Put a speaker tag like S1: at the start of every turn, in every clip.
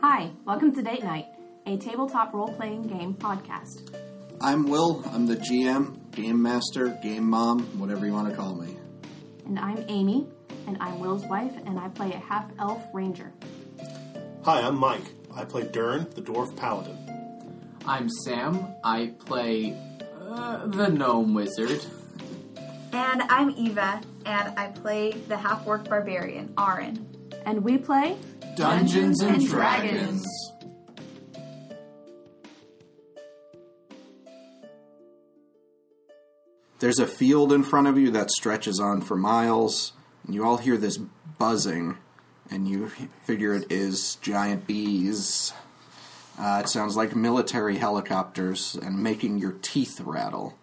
S1: Hi, welcome to Date Night, a tabletop role playing game podcast.
S2: I'm Will. I'm the GM, game master, game mom, whatever you want to call me.
S1: And I'm Amy, and I'm Will's wife, and I play a half elf ranger.
S3: Hi, I'm Mike. I play Dern, the dwarf paladin.
S4: I'm Sam. I play uh, the gnome wizard.
S5: And I'm Eva, and I play the half orc barbarian, Arin.
S1: And we play.
S2: Dungeons
S5: and Dragons.
S2: There's a field in front of you that stretches on for miles, and you all hear this buzzing, and you f- figure it is giant bees. Uh, it sounds like military helicopters and making your teeth rattle.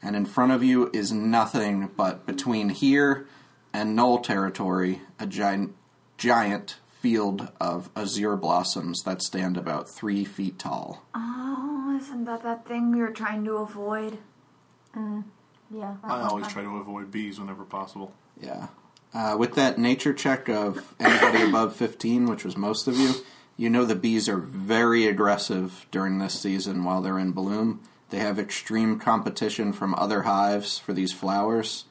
S2: And in front of you is nothing but between here and Knoll territory, a giant, giant field of azure blossoms that stand about three feet tall.
S5: Oh, isn't that that thing we were trying to avoid?
S1: Yeah.
S3: I always try to avoid bees whenever possible.
S2: Yeah. Uh, with that nature check of anybody above 15, which was most of you, you know the bees are very aggressive during this season while they're in bloom. They have extreme competition from other hives for these flowers.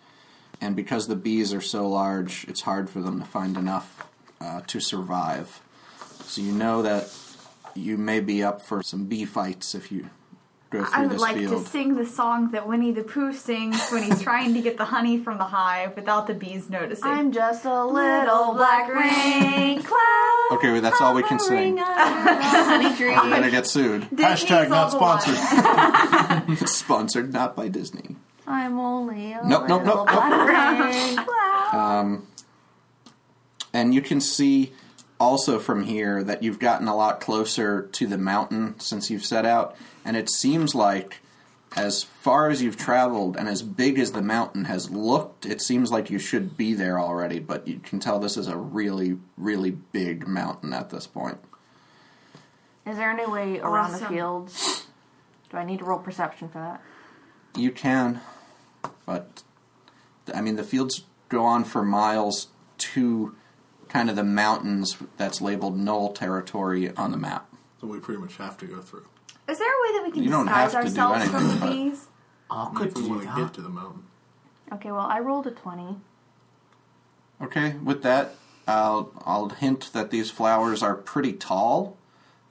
S2: And because the bees are so large, it's hard for them to find enough uh, to survive. So you know that you may be up for some bee fights if you go through
S5: I would
S2: this
S5: like
S2: field.
S5: to sing the song that Winnie the Pooh sings when he's trying to get the honey from the hive without the bees noticing.
S1: I'm just a
S5: little black rain cloud.
S2: okay, well, that's all we can sing.
S1: Sunny
S2: We're
S1: dream.
S2: going to get sued.
S3: Hashtag not sponsored.
S2: Sponsored not by Disney.
S1: I'm only a
S2: Nope, nope,
S1: little
S2: nope, nope.
S1: black rain cloud.
S2: And you can see also from here that you've gotten a lot closer to the mountain since you've set out. And it seems like, as far as you've traveled and as big as the mountain has looked, it seems like you should be there already. But you can tell this is a really, really big mountain at this point.
S1: Is there any way around the
S5: Awesome.
S1: fields? Do I need to roll perception for that?
S2: You can, but I mean the fields go on for miles to kind of the mountains that's labeled Knoll territory on the map.
S3: So we pretty much have to go through.
S5: Is there a way that we can
S2: You don't
S5: disguise
S2: have to do
S5: ourselves from
S2: anything,
S5: the
S2: but-
S5: bees?
S4: I
S3: if we want to get to the mountain.
S1: Okay, well, I rolled a 20.
S2: Okay, with that, I'll I'll hint that these flowers are pretty tall.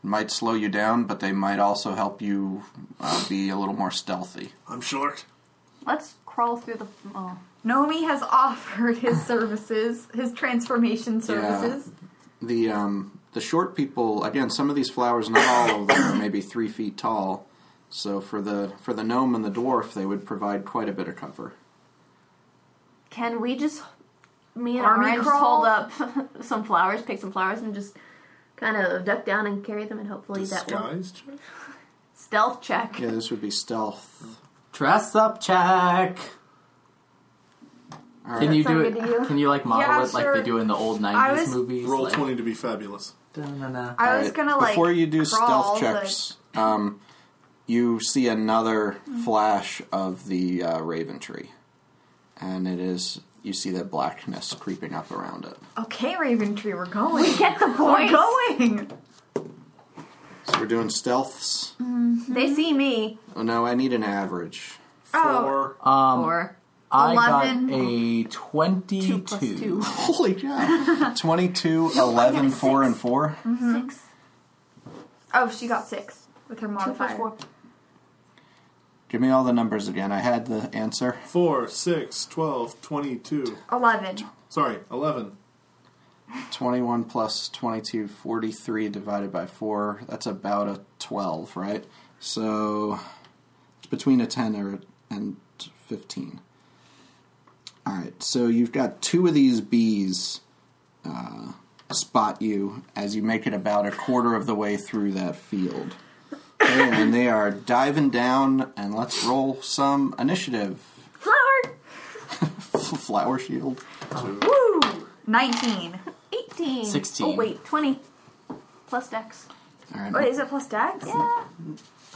S2: Might slow you down, but they might also help you uh, be a little more stealthy.
S3: I'm short.
S1: Let's crawl through the. Oh.
S5: Nomi has offered his services, his transformation services.
S2: The um the short people again. Some of these flowers, not all of them, are maybe three feet tall. So for the for the gnome and the dwarf, they would provide quite a bit of cover.
S1: Can we just me and
S5: Army
S1: Orange
S5: crawl?
S1: just hold up some flowers, pick some flowers, and just kind of duck down and carry them, and hopefully that will
S3: Disguised?
S1: stealth check.
S2: Yeah, this would be stealth.
S4: Dress up check.
S2: All
S4: Can you
S1: That
S4: do
S1: sound
S4: it?
S1: good to you?
S4: Can you like model
S5: Yeah,
S4: it like
S5: sure.
S4: they do in the old '90s
S5: I was-
S4: movies?
S3: Roll
S4: like,
S3: 20 to be fabulous.
S4: da-na-na.
S5: I was
S2: Alright,
S5: gonna like
S2: before you do
S5: crawl,
S2: stealth checks, um, you see another
S5: Mm-hmm.
S2: flash of the uh, raven tree, and it is you see the blackness creeping up around it.
S5: but- Okay, Raven Tree, we're going.
S1: Get the
S5: we're
S1: point.
S5: going.
S2: So we're doing stealths.
S5: Mm-hmm.
S1: They see me.
S2: Oh, no, I need an average.
S5: Oh.
S2: Four.
S4: Um,
S1: Or
S4: I got
S5: 11.
S4: a twenty-two.
S1: two plus two.
S2: Holy cow! 22, 11, 4, and 4.
S5: Mm-hmm.
S1: Six.
S5: Oh, she got six with her
S1: Two plus
S5: modifier.
S1: four.
S2: Give me all the numbers again. I had the answer.
S3: 4, 6, 12, 22.
S5: Eleven.
S3: Sorry, 11.
S2: 21 plus 22, 43 divided by 4. That's about a 12, right? So it's between a 10 or, and 15. All right, so you've got two of these bees uh, spot you as you make it about a quarter of the way through that field. Okay, and they are diving down, and let's roll some initiative.
S5: Flower.
S2: Flower shield.
S5: Woo. Nineteen.
S1: Eighteen.
S4: 16.
S1: Oh wait, twenty. Plus dex.
S2: All right,
S5: Wait, is it plus dex? Yeah.
S4: I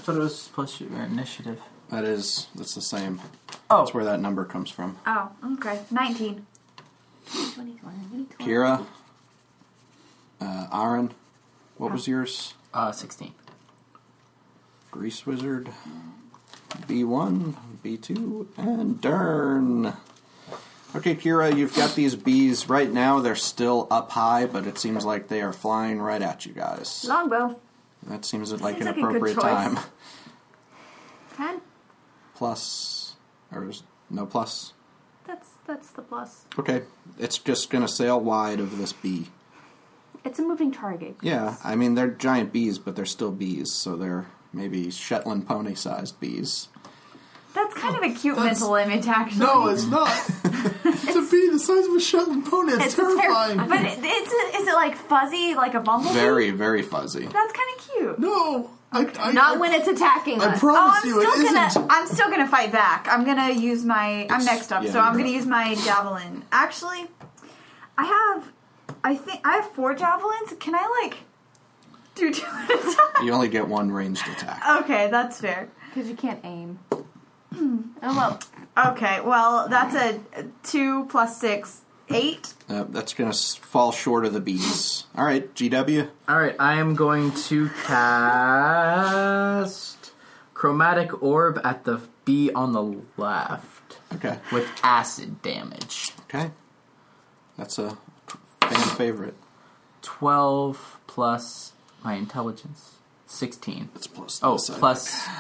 S4: thought it was plus your initiative.
S2: that is that's the same.
S4: Oh,
S2: That's where that number comes from.
S5: Oh, okay. Nineteen.
S1: Twenty. Twenty. Twenty.
S2: Kira, uh, Aaron, What was yours?
S4: Uh, 16.
S2: Grease Wizard, B1, B2, and Dern. Okay, Kira, you've got these bees right now. They're still up high, but it seems like they are flying right at you guys.
S1: Longbow.
S2: That seems like
S5: Seems
S2: an
S5: like a good
S2: appropriate
S5: choice.
S2: time.
S1: Ten.
S2: Plus, or is- no plus.
S1: That's that's the plus.
S2: Okay, it's just gonna sail wide of this bee.
S1: It's a moving target.
S2: Yeah, I mean they're giant bees, but they're still bees, so they're maybe Shetland pony-sized bees.
S5: That's kind of a cute
S3: That's-
S5: mental image, actually.
S3: No, it's not. to be the size of a Shetland pony, it's,
S5: it's a ter-
S3: terrifying.
S5: but it, it's a, is it like fuzzy, like a bumblebee?
S2: Very, very fuzzy.
S5: That's kind of cute.
S3: no, I, I,
S1: Not
S3: I-
S1: when it's attacking
S3: I
S1: us.
S3: promise
S5: Oh, I'm
S3: you, it
S5: still
S3: isn't.
S5: gonna. I'm still gonna fight back. I'm gonna use my. I'm
S2: It's-
S5: next up,
S2: yeah,
S5: so I'm
S2: you're
S5: gonna
S2: up.
S5: use my javelin. Actually, I have. I think I have four javelins. Can I like do two at a time?
S2: You only get one ranged attack.
S5: Okay, that's fair.
S1: Because you can't aim. oh well.
S5: Okay, well that's a two plus six, eight.
S2: Uh, that's gonna s- fall short of the bees. All right, GW.
S4: Alright, I am going to cast Chromatic Orb at the bee on the left
S2: Okay,
S4: with acid damage.
S2: okay. That's a fan favorite.
S4: 12 plus my intelligence. 16.
S2: It's plus.
S4: Oh,
S2: this, I
S4: plus.
S2: think.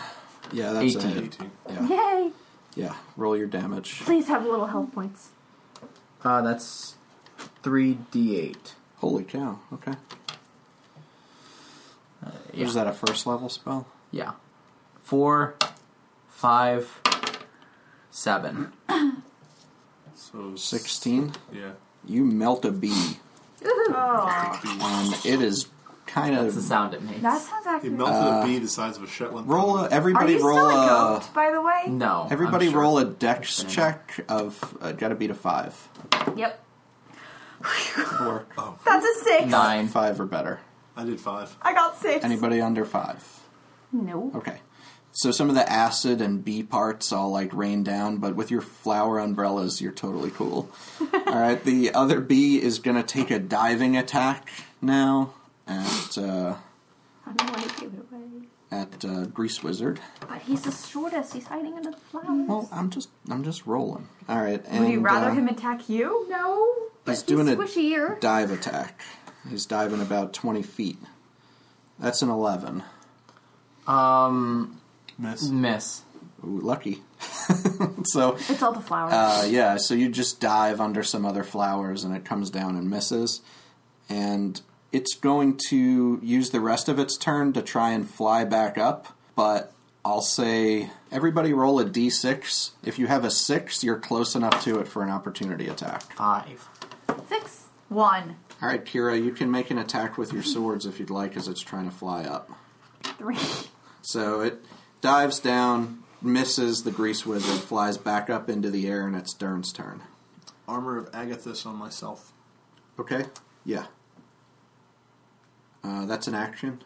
S2: yeah, that's a-
S4: 18.
S3: 18.
S2: yeah,
S1: Yay!
S2: yeah. Roll your damage.
S1: Please have little health points.
S4: Uh, that's 3d8.
S2: Holy cow. Okay.
S4: Uh, yeah.
S2: Is that a first level spell?
S4: Yeah. Four, five, seven.
S3: So
S2: Sixteen.
S3: Yeah.
S2: You melt a bee,
S5: Oh,
S2: and Um, it is kind
S4: That's the
S2: of
S4: sound it makes.
S5: that sounds
S3: He
S5: accurate.
S3: melted a bee the size of a Shetland.
S2: roll. A,
S3: pony.
S5: Are
S2: everybody
S5: you
S2: roll uh,
S5: still
S2: a.
S5: coped, by the way?
S4: no. I'm
S2: Everybody
S4: sure.
S2: roll a dex check of uh, gotta beat a five.
S1: Yep.
S2: Four,
S3: Oh.
S5: That's a six.
S4: Nine.
S2: five or better.
S3: I did five.
S5: I got six.
S2: Anybody under five?
S1: No.
S2: Okay. So some of the acid and bee parts all like rain down, but with your flower umbrellas, you're totally cool. all right, the other bee is gonna take a diving attack now at uh,
S1: I don't want to give it away.
S2: at uh, Grease Wizard.
S1: But he's the shortest. He's hiding under the flowers.
S2: Well, I'm just I'm just rolling. All right, and
S5: Would you rather
S2: uh,
S5: him attack you?
S1: no. But
S2: he's
S1: he's,
S2: doing a-
S1: squishier.
S2: dive attack. He's diving about twenty feet. That's an eleven.
S4: Um,
S3: Miss.
S4: miss.
S2: Ooh, lucky. so
S1: It's all the flowers.
S2: Uh, yeah, so you just dive under some other flowers and it comes down and misses. And it's going to use the rest of its turn to try and fly back up, but I'll say everybody roll a d6. If you have a 6, you're close enough to it for an opportunity attack.
S4: Five.
S1: Six.
S5: One.
S2: All right, Kira, you can make an attack with your swords if you'd like as it's trying to fly up.
S5: Three.
S2: So it dives down, misses the grease wizard, flies back up into the air, and it's Dern's turn.
S3: Armor of Agathis on myself.
S2: Okay. Yeah. Uh, that's an action.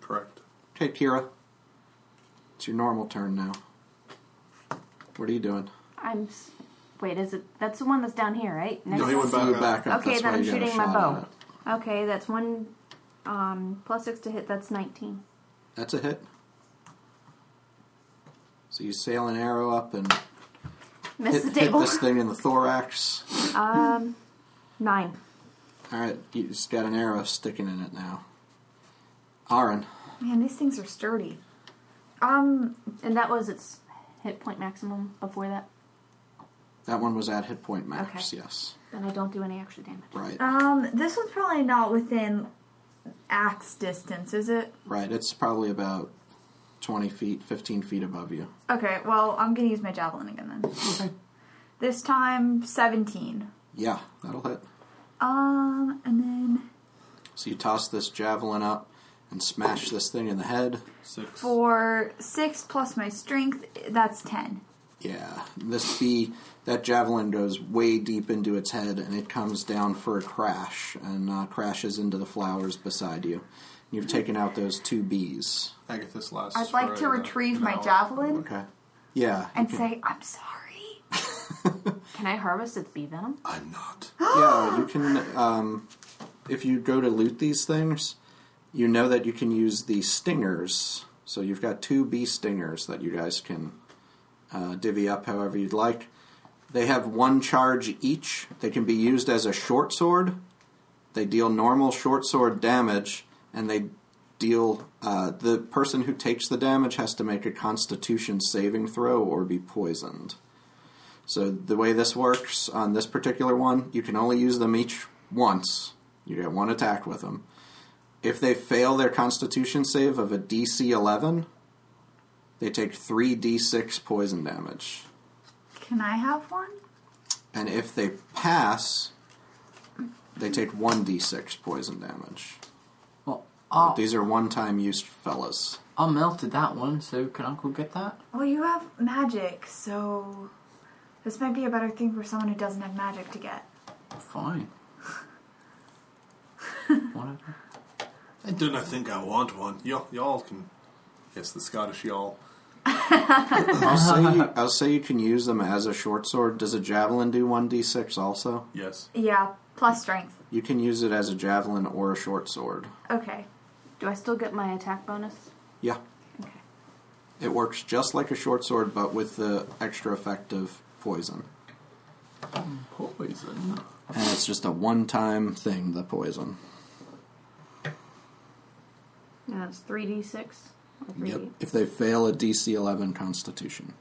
S3: Correct.
S2: Okay, Kira. It's your normal turn now. What are you doing?
S1: I'm. s- Wait, is it? That's the one that's down here, right? Next
S3: No, he
S1: to us?
S3: went back
S2: You
S3: up.
S2: back up.
S1: Okay,
S2: that's
S1: then
S2: why
S1: I'm
S2: you got a
S1: shooting my
S2: shot
S1: bow.
S2: at it.
S1: Okay, that's one. Um, plus six to hit. That's nineteen.
S2: That's a hit. So you sail an arrow up and
S1: Miss
S2: hit,
S1: the
S2: hit
S1: table.
S2: this thing in the thorax.
S1: Um, nine.
S2: All right, you just got an arrow sticking in it now. Aaron.
S5: Man, these things are sturdy. Um,
S1: And that was its hit point maximum before that.
S2: That one was at hit point max,
S1: Okay.
S2: yes.
S1: And I don't do any extra damage.
S2: Right.
S5: um, this one's probably not within axe distance, is it?
S2: Right. It's probably about 20 feet, 15 feet above you.
S5: Okay, well, I'm gonna use my javelin again then.
S2: Okay.
S5: This time, 17.
S2: Yeah, that'll hit.
S5: Um, and then
S2: So you toss this javelin up and smash this thing in the head.
S3: Six.
S5: for 6 plus my strength, that's 10.
S2: Yeah, this bee, that javelin goes way deep into its head and it comes down for a crash and uh, crashes into the flowers beside you. You've taken out those two bees.
S3: Agathis lasts.
S5: I'd like to
S3: for, uh,
S5: retrieve
S3: an
S5: my
S3: hour.
S5: javelin
S2: Okay. Yeah.
S5: and say, I'm sorry.
S1: Can I harvest its bee venom?
S3: I'm not.
S2: yeah, you can. Um, if you go to loot these things, You know that you can use the stingers, so you've got two bee stingers that you guys can uh, divvy up however you'd like. They have one charge each. They can be used as a short sword. They deal normal short sword damage, and they deal. Uh, the person who takes the damage has to make a Constitution saving throw or be poisoned. So the way this works on this particular one, you can only use them each once. You get one attack with them. If they fail their Constitution save of a DC 11, they take 3d6 poison damage.
S5: Can I have one?
S2: And if they pass, they take 1d6 poison damage.
S4: Well, I'll,
S2: These are one time use fellas.
S4: I melted that one, so can Uncle get that?
S5: Well, you have magic, so this might be a better thing for someone who doesn't have magic to get.
S4: Fine. Whatever.
S3: Then I think I want one. Y'all, y'all can. Yes, the Scottish y'all.
S2: I'll say, you, I'll say you can use them as a short sword. Does a javelin do 1d6 also?
S3: Yes.
S5: Yeah, plus strength.
S2: You can use it as a javelin or a short sword.
S5: Okay.
S1: Do I still get my attack bonus?
S2: Yeah.
S1: Okay.
S2: It works just like a short sword, but with the extra effect of poison.
S4: Poison.
S2: And it's just a one time thing, the poison.
S1: Yeah, it's 3d6. Or 3D.
S2: Yep. If they fail a DC 11 Constitution,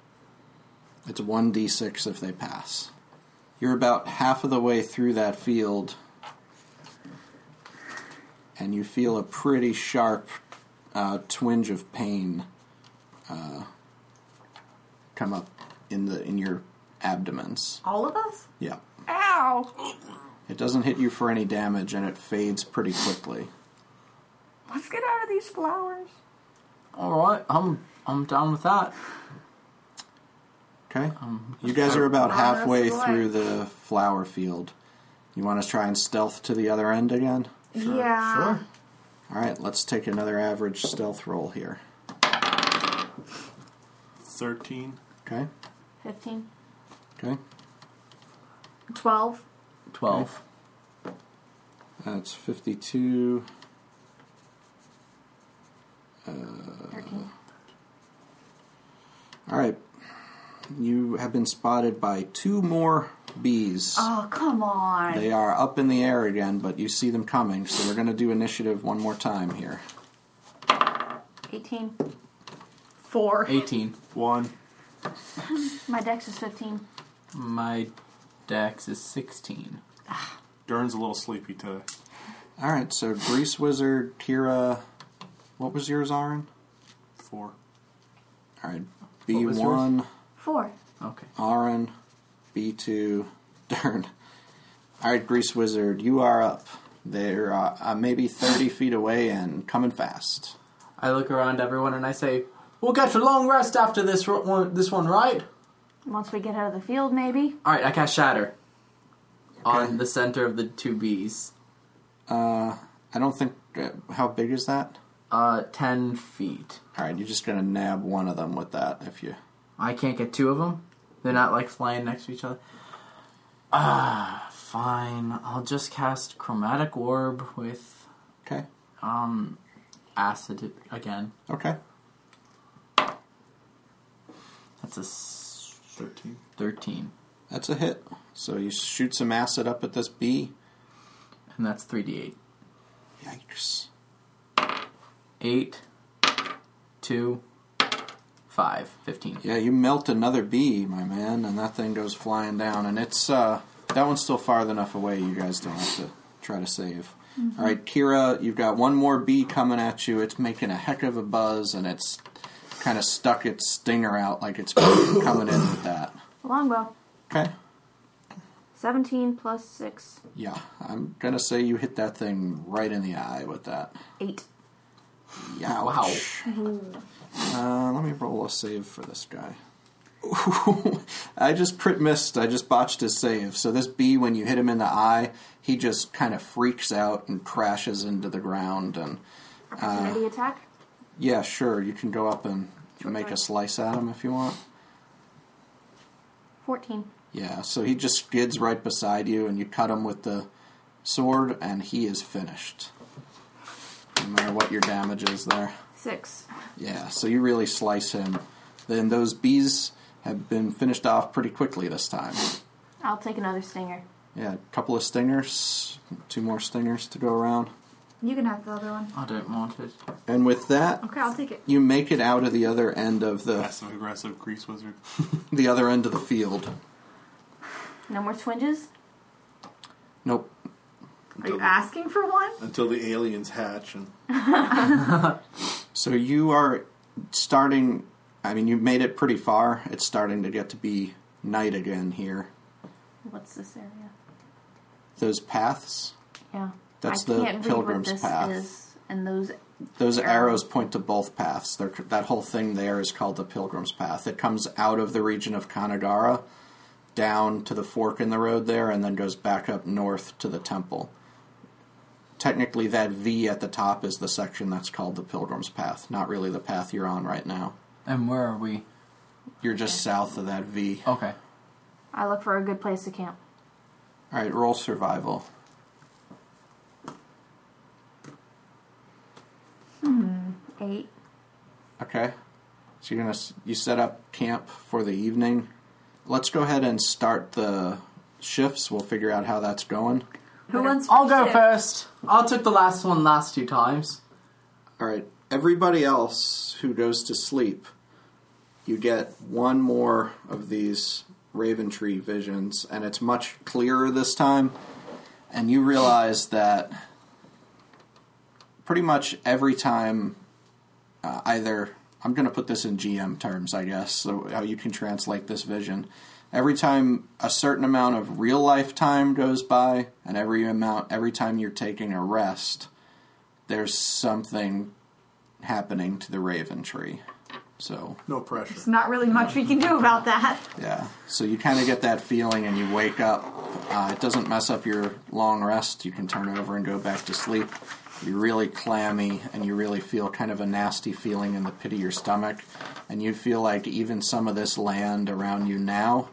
S2: it's 1d6 if they pass. You're about half of the way through that field, and you feel a pretty sharp uh, twinge of pain uh, come up in the in your abdomens.
S5: All of us?
S2: Yeah.
S5: Ow!
S2: It doesn't hit you for any damage, and it fades pretty quickly.
S5: Let's get out of these flowers.
S4: Alright, I'm I'm down with that.
S2: Okay. you guys are about
S5: Wow, that's
S2: halfway
S5: the
S2: through the flower field. You want to try and stealth to the other end again?
S5: yeah.
S4: Sure.
S2: All right, let's take another average stealth roll here.
S3: 13.
S2: Okay.
S1: 15.
S2: Okay.
S5: 12.
S4: Twelve.
S2: That's 52.
S1: 13.
S2: All right. You have been spotted by two more bees.
S5: Oh, come on.
S2: They are up in the air again, but you see them coming, so we're going to do initiative one more time here.
S1: 18.
S5: Four.
S4: Eighteen.
S3: 1.
S1: My dex is 15.
S4: My dex is sixteen.
S3: Dern's a little sleepy today.
S2: All right, so Grease Wizard, Kira. What was yours, Aaron?
S3: 4.
S2: All right,
S4: What was yours?
S2: B1.
S5: Four.
S4: Okay.
S2: Aaron, B2, Dern. All right, Grease Wizard, you are up. They're uh, uh, maybe 30 feet away and coming fast.
S4: I look around everyone and I say, "We'll get a long rest after this ro- one. This one, right?"
S1: Once we get out of the field, maybe.
S4: All right. I cast Shatter
S2: Okay.
S4: on the center of the two bees.
S2: I don't think. Uh, how big is that?
S4: Uh, ten feet.
S2: All right, you're just going to nab one of them with that if you.
S4: I can't get two of them. They're not like flying next to each other. Ah, fine. I'll just cast Chromatic Orb with
S2: Okay.
S4: um acid again.
S2: Okay.
S4: That's a s-
S3: 13.
S4: thirteen,
S2: That's a hit. So you shoot some acid up at this bee.
S4: and that's three d eight.
S2: Yikes.
S4: Eight, two, five, fifteen.
S2: Yeah, you melt another bee, my man, and that thing goes flying down. And it's uh, that one's still far enough away. You guys don't have to try to save. All right, Kira, you've got one more bee coming at you. It's making a heck of a buzz, and it's kind of stuck its stinger out like it's coming in with that.
S1: Longbow.
S2: Okay.
S1: 17 plus 6.
S2: Yeah, I'm gonna say you hit that thing right in the eye with that.
S1: 8.
S2: Yeah.
S4: Wow.
S2: Uh, let me roll a save for this guy. Ooh, I just crit missed. I just botched his save. So this bee, when you hit him in the eye, he just kind of freaks out and crashes into the ground. And Uh.
S1: Opportunity attack.
S2: yeah, sure, you can go up and make a slice at him if you want.
S1: 14.
S2: Yeah. So he just skids right beside you, and you cut him with the sword, and he is finished. no matter what your damage is there.
S1: Six.
S2: Yeah, so you really slice him. Then those bees have been finished off pretty quickly this time.
S1: I'll take another stinger.
S2: Yeah, a couple of stingers, two more stingers to go around.
S5: You can have the other one.
S4: I don't want it.
S2: And with that,
S5: Okay, I'll take it.
S2: you make it out of the other end of the
S3: Passive aggressive grease wizard.
S2: the other end of the field.
S1: No more twinges?
S2: Nope.
S5: Are you asking for one?
S3: Until the aliens hatch and
S2: So you are starting. I mean, you made it pretty far. It's starting to get to be night again here.
S1: What's this area?
S2: Those paths,
S1: Yeah.
S2: That's
S1: I
S2: the
S1: can't read what
S2: pilgrim's
S1: this
S2: path.
S1: Is. And those.
S2: those
S1: Arrow.
S2: arrows point to both paths. They're, that whole thing there is called the Pilgrim's Path. It comes out of the region of Kanagara, down to the fork in the road there, and then goes back up north to the temple. Technically, that V at the top is the section that's called the Pilgrim's Path, not really the path you're on right now.
S4: And where are we?
S2: You're just south of that V. All
S4: Okay.
S1: I look for a good place to camp.
S2: right, roll survival.
S1: Eight.
S2: Okay. So you're gonna s- you set up camp for the evening. Let's go ahead and start the shifts. We'll figure out how that's going.
S5: Who wants?
S4: I'll go
S5: shit?
S4: first. I took the last one last two times.
S2: All right. Everybody else who goes to sleep, you get one more of these raven tree visions, and it's much clearer this time. And you realize that pretty much every time, uh, either I'm going to put this in GM terms, I guess, so how you can translate this vision. Every time a certain amount of real life time goes by, and every amount, every time you're taking a rest, there's something happening to the raven tree. So,
S3: no pressure.
S5: There's not really much we can do about that.
S2: yeah. So you kind of get that feeling and you wake up. Uh, it doesn't mess up your long rest. You can turn over and go back to sleep. You're really clammy and you really feel kind of a nasty feeling in the pit of your stomach. And you feel like even some of this land around you now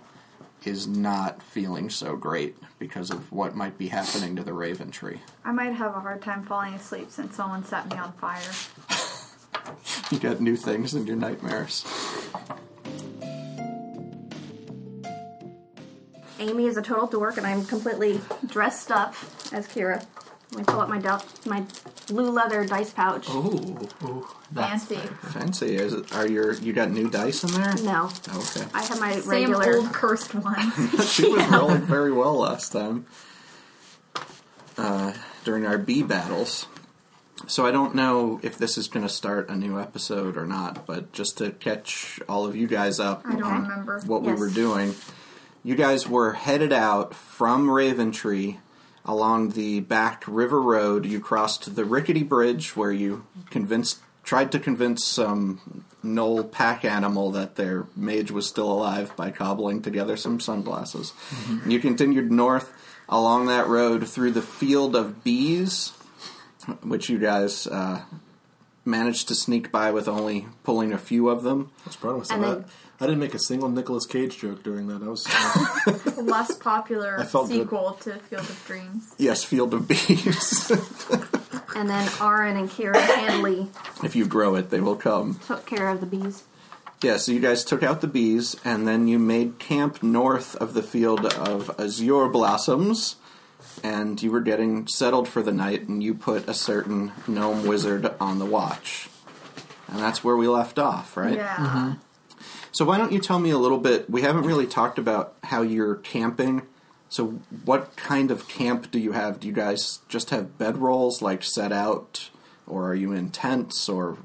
S2: is not feeling so great because of what might be happening to the raven tree.
S5: I might have a hard time falling asleep since someone set me on fire.
S2: You got new things in your nightmares.
S1: Amy is a total dork, and I'm completely dressed up as Kira. I pull out my, dou- my blue leather dice pouch.
S4: Ooh, ooh, that's
S5: Fancy.
S2: Fancy. Is it, are your you got new dice in there?
S1: No.
S2: Okay.
S1: I have my
S5: Same
S1: regular.
S5: old cursed ones.
S2: she was rolling very well last time uh, during our bee battles. So I don't know if this is going to start a new episode or not, but just to catch all of you guys up
S5: I don't
S2: on
S5: remember.
S2: what
S1: Yes.
S2: we were doing, you guys were headed out from Raventree along the back river road. You crossed the rickety bridge where you convinced, tried to convince some knoll pack animal that their mage was still alive by cobbling together some sunglasses. You continued north along that road through the field of bees which you guys uh, managed to sneak by with only pulling a few of them.
S3: I was proud of myself.
S1: And
S3: I,
S1: then-
S3: I didn't make a single Nicolas Cage joke during that. I was
S5: less popular
S3: I felt good.
S5: sequel to Field of Dreams.
S2: Yes, Field of Bees.
S1: And then Aaron and Kira Handley
S2: if you grow it, they will come.
S1: took care of the bees.
S2: Yeah, so you guys took out the bees, and then you made camp north of the field of Azure Blossoms, and you were getting settled for the night, and you put a certain gnome wizard on the watch. And that's where we left off, right?
S5: Yeah.
S3: Mm-hmm.
S2: So why don't you tell me a little bit? We haven't really talked about how you're camping. So what kind of camp do you have? Do you guys just have bedrolls like set out, or are you in tents, or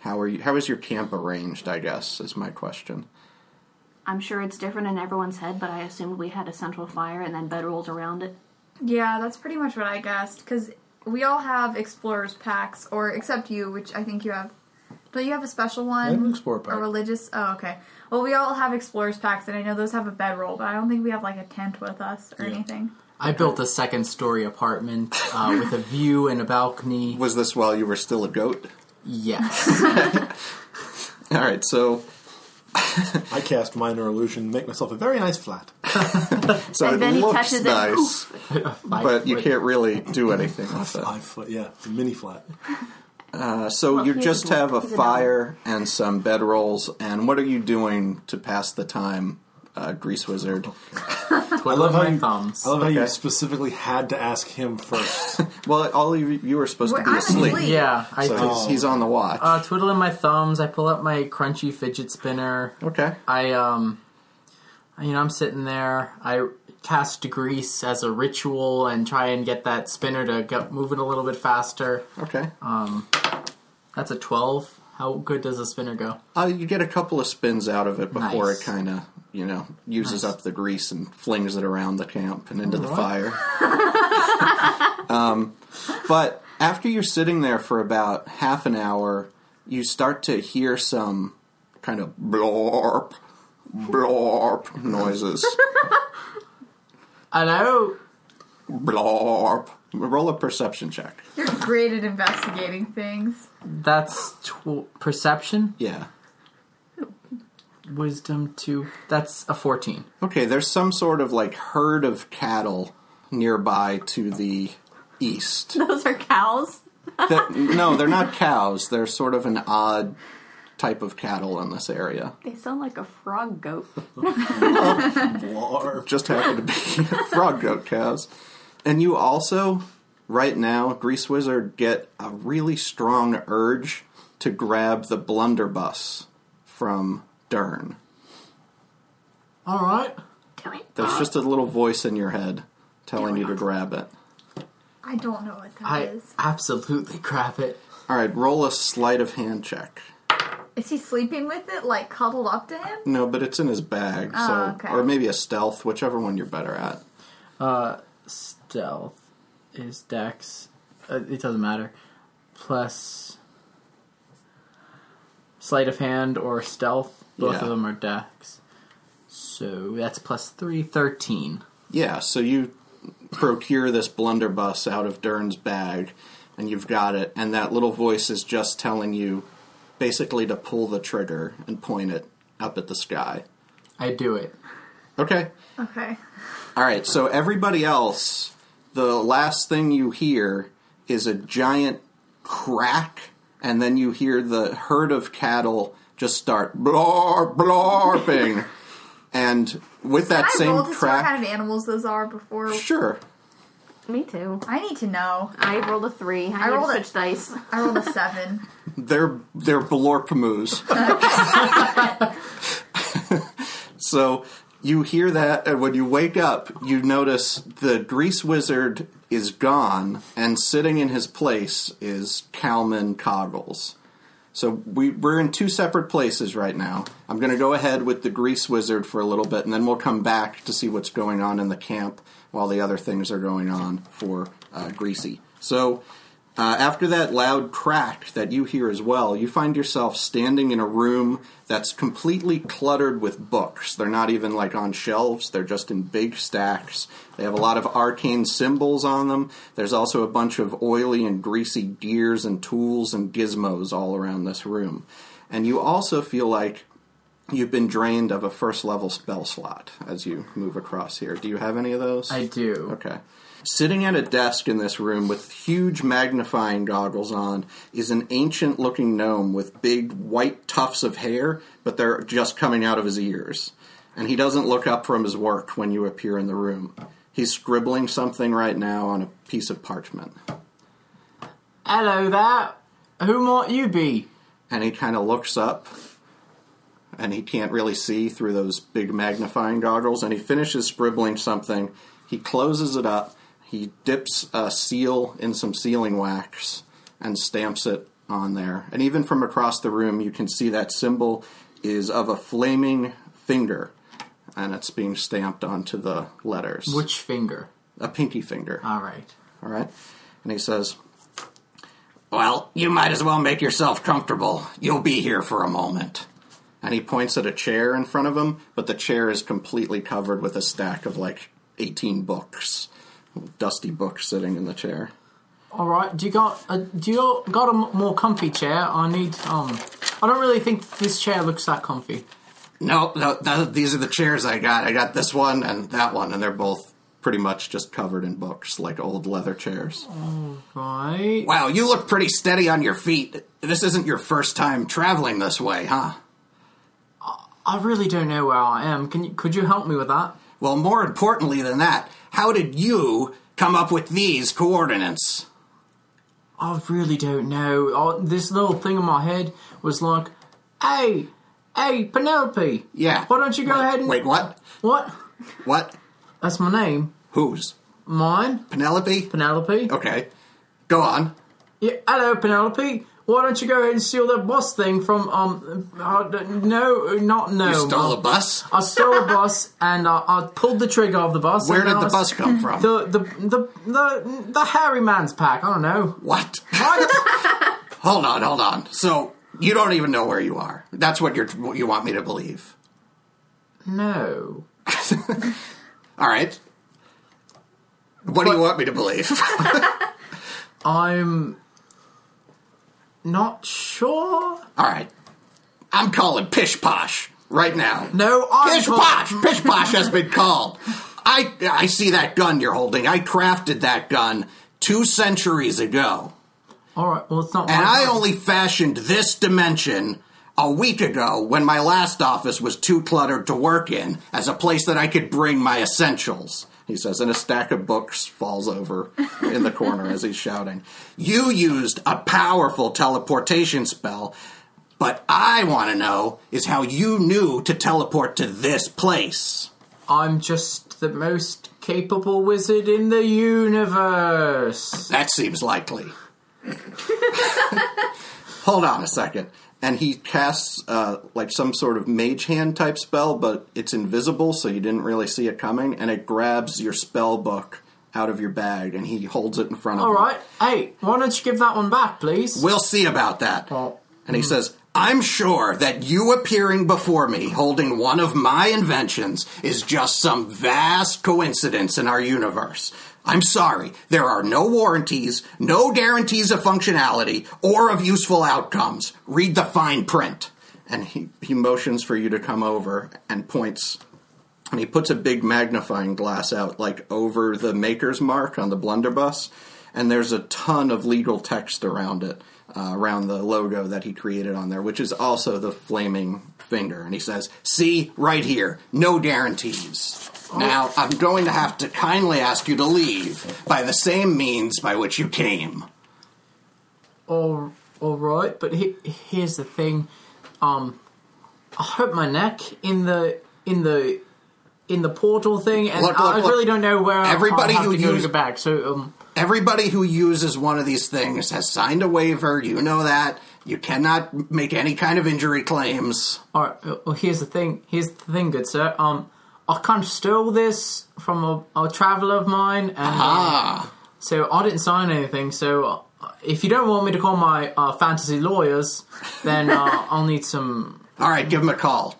S2: how are you? How is your camp arranged? I guess is my question.
S1: I'm sure it's different in everyone's head, but I assumed we had a central fire and then bedrolls around it.
S5: Yeah, that's pretty much what I guessed. Because we all have explorers packs, or except you, which I think you have. But you have a special one.
S3: I have an explorer pack.
S5: A religious. Oh, okay. Well, we all have explorers packs, and I know those have a bedroll, but I don't think we have like a tent with us or anything.
S4: I built a second story apartment uh, with a view and a balcony.
S2: Was this while you were still a goat?
S4: Yes.
S2: All right, so
S3: I cast minor illusion, make myself a very nice flat.
S2: so
S1: And
S2: it
S1: then he
S2: looks
S1: touches it,
S2: nice,
S4: Five
S2: but you
S4: foot.
S2: can't really do anything with it.
S3: Five foot, yeah, it's a mini flat.
S2: Uh, so you
S1: he's
S2: just
S1: ignored.
S2: have a
S1: He's a
S2: fire and some bedrolls, and what are you doing to pass the time, uh, Grease Wizard?
S4: I
S3: love how
S4: my
S3: you-
S4: thumbs.
S3: I love how you
S2: Okay.
S3: specifically had to ask him first.
S2: Well, all of you, you were supposed
S5: Well,
S2: to be
S5: I'm
S2: asleep,
S5: asleep.
S4: yeah, I
S2: so he's, he's on the watch.
S4: uh, twiddling my thumbs. I pull out my crunchy fidget spinner.
S2: okay.
S4: I um, you know, I'm sitting there. I cast grease as a ritual and try and get that spinner to go moving a little bit faster.
S2: Okay.
S4: That's a twelve. How good does a spinner go?
S2: Uh, you get a couple of spins out of it before
S4: Nice.
S2: it kind of, you know, uses up the grease and flings it around the camp and into the fire. um, but after you're sitting there for about half an hour, you start to hear some kind of blorp, blorp noises.
S4: Hello.
S2: blorp. Roll a perception check.
S5: You're great at investigating things.
S4: That's tw- perception,
S2: Yeah.
S4: wisdom two. That's a fourteen.
S2: Okay, there's some sort of like herd of cattle nearby to the east.
S1: Those are cows.
S2: That- no, they're not cows. They're sort of an odd type of cattle in this area.
S1: They sound like a frog goat.
S3: Blarp.
S2: Just happen to be frog goat cows. And you also, right now, Grease Wizard, get a really strong urge to grab the blunderbuss from Dern.
S4: All right.
S1: Do it.
S2: There's just a little voice in your head telling you to grab it.
S5: I don't know what that
S4: I
S5: is.
S4: absolutely grab it.
S2: All right, roll a sleight of hand check.
S5: Is he sleeping with it, like cuddled up to him?
S2: No, but it's in his bag, so
S5: Oh, okay.
S2: or maybe a stealth, whichever one you're better at.
S4: Stealth is dex. Uh, it doesn't matter. Plus sleight of hand or stealth. Both
S2: Yeah.
S4: of them are dex. So that's plus three, 13.
S2: Yeah, so you procure this blunderbuss out of Dern's bag, and you've got it, and that little voice is just telling you basically to pull the trigger and point it up at the sky.
S4: I do it.
S2: Okay.
S5: Okay.
S2: All right, so everybody else, the last thing you hear is a giant crack, and then you hear the herd of cattle just start blarp, blarping. and with that
S5: Can I
S2: same
S5: roll to see what
S2: crack.
S5: kind of animals those are before?
S2: Sure.
S1: Me too.
S5: I need to know.
S1: I rolled a three. I, rolled
S5: rolled
S1: to
S5: a-
S1: switch dice.
S5: I rolled a seven.
S2: They're they're blorp moos. so you hear that, and when you wake up, you notice the grease wizard is gone, and sitting in his place is Calman Coggles. So we, we're in two separate places right now. I'm going to go ahead with the grease wizard for a little bit, and then we'll come back to see what's going on in the camp while the other things are going on for uh, Greasy. So uh, after that loud crack that you hear as well, you find yourself standing in a room that's completely cluttered with books. They're not even like on shelves, they're just in big stacks. They have a lot of arcane symbols on them. There's also a bunch of oily and greasy gears and tools and gizmos all around this room. And you also feel like you've been drained of a first level spell slot as you move across here. Do you have any of those?
S4: I do.
S2: Okay. Sitting at a desk in this room with huge magnifying goggles on is an ancient looking gnome with big white tufts of hair, but they're just coming out of his ears. And he doesn't look up from his work when you appear in the room. He's scribbling something right now on a piece of parchment.
S4: Hello there. Who might you be?
S2: And he kind of looks up, and he can't really see through those big magnifying goggles. And he finishes scribbling something. He closes it up. He dips a seal in some sealing wax and stamps it on there. And even from across the room, you can see that symbol is of a flaming finger, and it's being stamped onto the letters.
S4: Which finger?
S2: a pinky finger.
S4: All right.
S2: All right. And he says, Well, you might as well make yourself comfortable. You'll be here for a moment. And he points at a chair in front of him, but the chair is completely covered with a stack of like 18 books, dusty books sitting in the chair.
S4: All right. Do you got a, do you got a m- more comfy chair? I need um. I don't really think this chair looks that comfy.
S2: No, no, no, these are the chairs I got. I got this one and that one, and they're both pretty much just covered in books, like old leather chairs.
S4: Right?
S2: Wow, you look pretty steady on your feet. This isn't your first time traveling this way, huh?
S4: I really don't know where I am. Can you, could you help me with that?
S2: Well, more importantly than that, how did you come up with these coordinates?
S4: I really don't know. Oh, this little thing in my head was like, "Hey, hey, Penelope.
S2: Yeah.
S4: Why don't you go ahead and
S2: Wait, what?
S4: What?
S2: What?
S4: That's my name.
S2: Whose?
S4: Mine,
S2: Penelope?
S4: Penelope.
S2: Okay. Go on.
S4: Yeah, hello, Penelope. Why don't you go ahead and steal that bus thing from um? I don't- no, not no. uh,
S2: You stole a bus?
S4: I stole a bus and I, I pulled the trigger of the bus.
S2: Where
S4: and
S2: did
S4: I
S2: the
S4: was-
S2: bus come from?
S4: The the the the the hairy man's pack. I don't know.
S2: What? hold on, hold on. So, you don't even know where you are. That's what you're what you want me to believe.
S4: No.
S2: All right. What do you want me to believe?
S4: I'm not sure.
S2: All right. I'm calling Pish Posh right now.
S4: No, I'm
S2: Pish Posh! Pish Posh has been called. I, I see that gun you're holding. I crafted that gun two centuries ago.
S4: All right. Well, it's not.
S2: And
S4: my
S2: I
S4: fault.
S2: only fashioned this dimension a week ago when my last office was too cluttered to work in as a place that I could bring my essentials. He says, and a stack of books falls over in the corner as he's shouting. You used a powerful teleportation spell, but I want to know is how you knew to teleport to this place.
S4: I'm just the most capable wizard in the universe.
S2: That seems likely. Hold on a second. And he casts uh, like some sort of mage hand type spell, but it's invisible, so you didn't really see it coming. And it grabs your spell book out of your bag, and he holds it in front of
S4: All
S2: you.
S4: right. Hey, why don't you give that one back, please?
S2: We'll see about that.
S4: Well-
S2: and he says, I'm sure that you appearing before me holding one of my inventions is just some vast coincidence in our universe. I'm sorry, there are no warranties, no guarantees of functionality, or of useful outcomes. Read the fine print. And he, he motions for you to come over and points and he puts a big magnifying glass out like over the maker's mark on the blunderbuss and there's a ton of legal text around it uh, around the logo that he created on there which is also the flaming finger and he says see right here no guarantees now i'm going to have to kindly ask you to leave by the same means by which you came
S4: all, all right. But he, here's the thing. Um, I hurt my neck in the in the in the portal thing, and
S2: Look,
S4: I
S2: look, look.
S4: really don't know where
S2: Everybody
S4: I have
S2: who
S4: to go to
S2: use-
S4: get back. So, um,
S2: Everybody who uses one of these things has signed a waiver. You know that. You cannot make any kind of injury claims.
S4: all right. uh, Well, here's the thing. Here's the thing, good sir. Um, I kind of stole this from a, a traveler of mine, and. um,
S2: Ah.
S4: So I didn't sign anything. So uh, if you don't want me to call my uh, fantasy lawyers, then uh, I'll need some.
S2: All right, give him a call.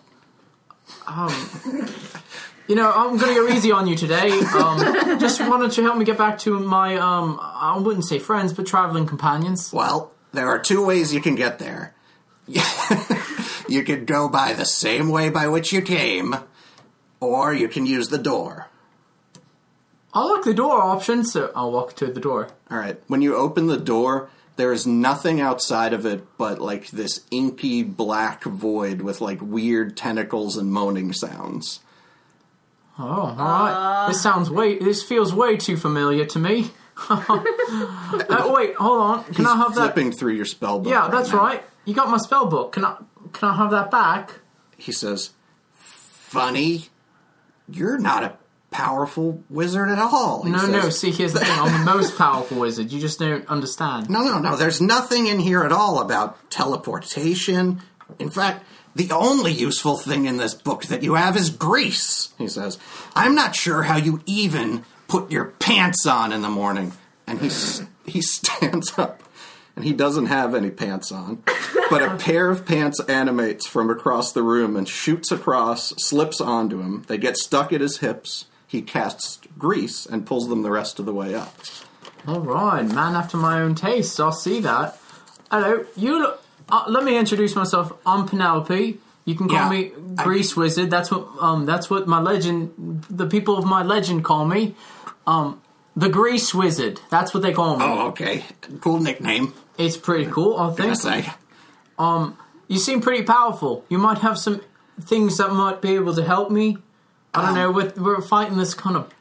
S4: You know, I'm gonna go easy on you today. Um, just why don't you help me get back to my um, I wouldn't say friends, but traveling companions.
S2: Well, there are two ways you can get there. you can go by the same way by which you came, or you can use the door.
S4: I like the door option, so I'll walk to the door.
S2: All right, when you open the door, there is nothing outside of it but like this inky black void with like weird tentacles and moaning sounds.
S4: Oh, all right. this sounds way. This feels way too familiar to me. uh, wait, hold on. Can I have that?
S2: flipping through your spell book.
S4: Yeah, that's
S2: now.
S4: right. You got my spell book. Can I? Can I have that back?
S2: He says, "Funny, you're not a powerful wizard at all." He
S4: No,
S2: says,
S4: no. See, here's the thing. I'm the most powerful wizard. You just don't understand.
S2: No, no, no. There's nothing in here at all about teleportation. In fact, the only useful thing in this book that you have is grease, he says. I'm not sure how you even put your pants on in the morning. And he, s- he stands up, and he doesn't have any pants on. But a pair of pants animates from across the room and shoots across, slips onto him. They get stuck at his hips. He casts grease and pulls them the rest of the way up.
S4: All right, man after my own taste. I'll see that. Hello, you. Look, uh, let me introduce myself. I'm Penelope. You can call
S6: Yeah,
S4: me
S6: I-
S4: Grease Wizard. That's what um that's what my legend the people of my legend call me. Um the Grease Wizard. That's what they call me.
S6: Oh, okay. Cool nickname.
S4: It's pretty cool, I think.
S6: I say.
S4: You seem pretty powerful. You might have some things that might be able to help me. I
S6: Oh.
S4: don't know. We're, we're fighting this kind of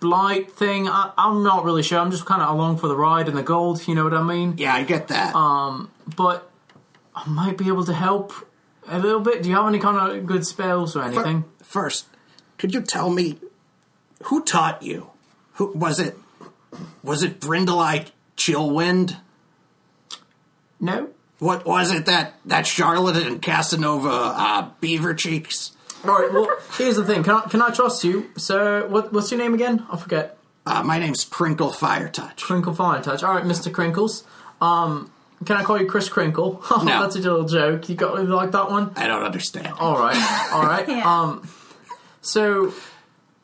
S4: blight thing. I, I'm not really sure. I'm just kind of along for the ride and the gold. You know what I mean?
S6: Yeah, I get that.
S4: But I might be able to help a little bit. Do you have any kind of good spells or
S2: Fir-
S4: anything?
S2: First, could you tell me who taught you? Who was it? Was it Brindleye Chillwind?
S4: No.
S2: What was it that that Charlotte and Casanova uh, Beaver Cheeks?
S4: All right. Well, here's the thing. Can I can I trust you, sir? What what's your name again? I forget.
S2: Uh, my name's Crinkle Fire Touch.
S4: Crinkle Fire Touch. All right, Mister Crinkles. Um, can I call you Chris Crinkle?
S2: No.
S4: That's a little joke. You got you like that one?
S2: I don't understand.
S4: All right, all right.
S5: Yeah.
S4: Um, so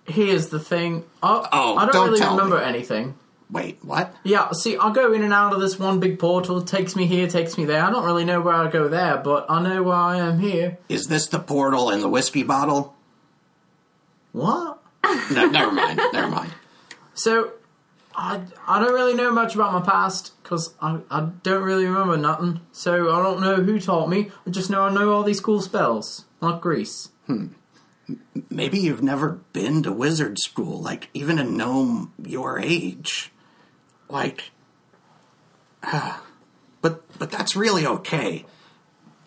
S4: here's the thing. I,
S2: Oh,
S4: I don't,
S2: don't
S4: really
S2: tell
S4: remember
S2: me.
S4: anything.
S2: Wait, what?
S4: Yeah, see, I go in and out of this one big portal. It takes me here, takes me there. I don't really know where I go there, but I know where I am here.
S2: Is this the portal in the whiskey bottle?
S4: What?
S2: No, never mind. Never mind.
S4: So I, I don't really know much about my past because I, I don't really remember nothing. So I don't know who taught me. I just know I know all these cool spells, like Greece.
S2: Maybe you've never been to wizard school, like even a gnome your age. Like ah, but but that's really okay.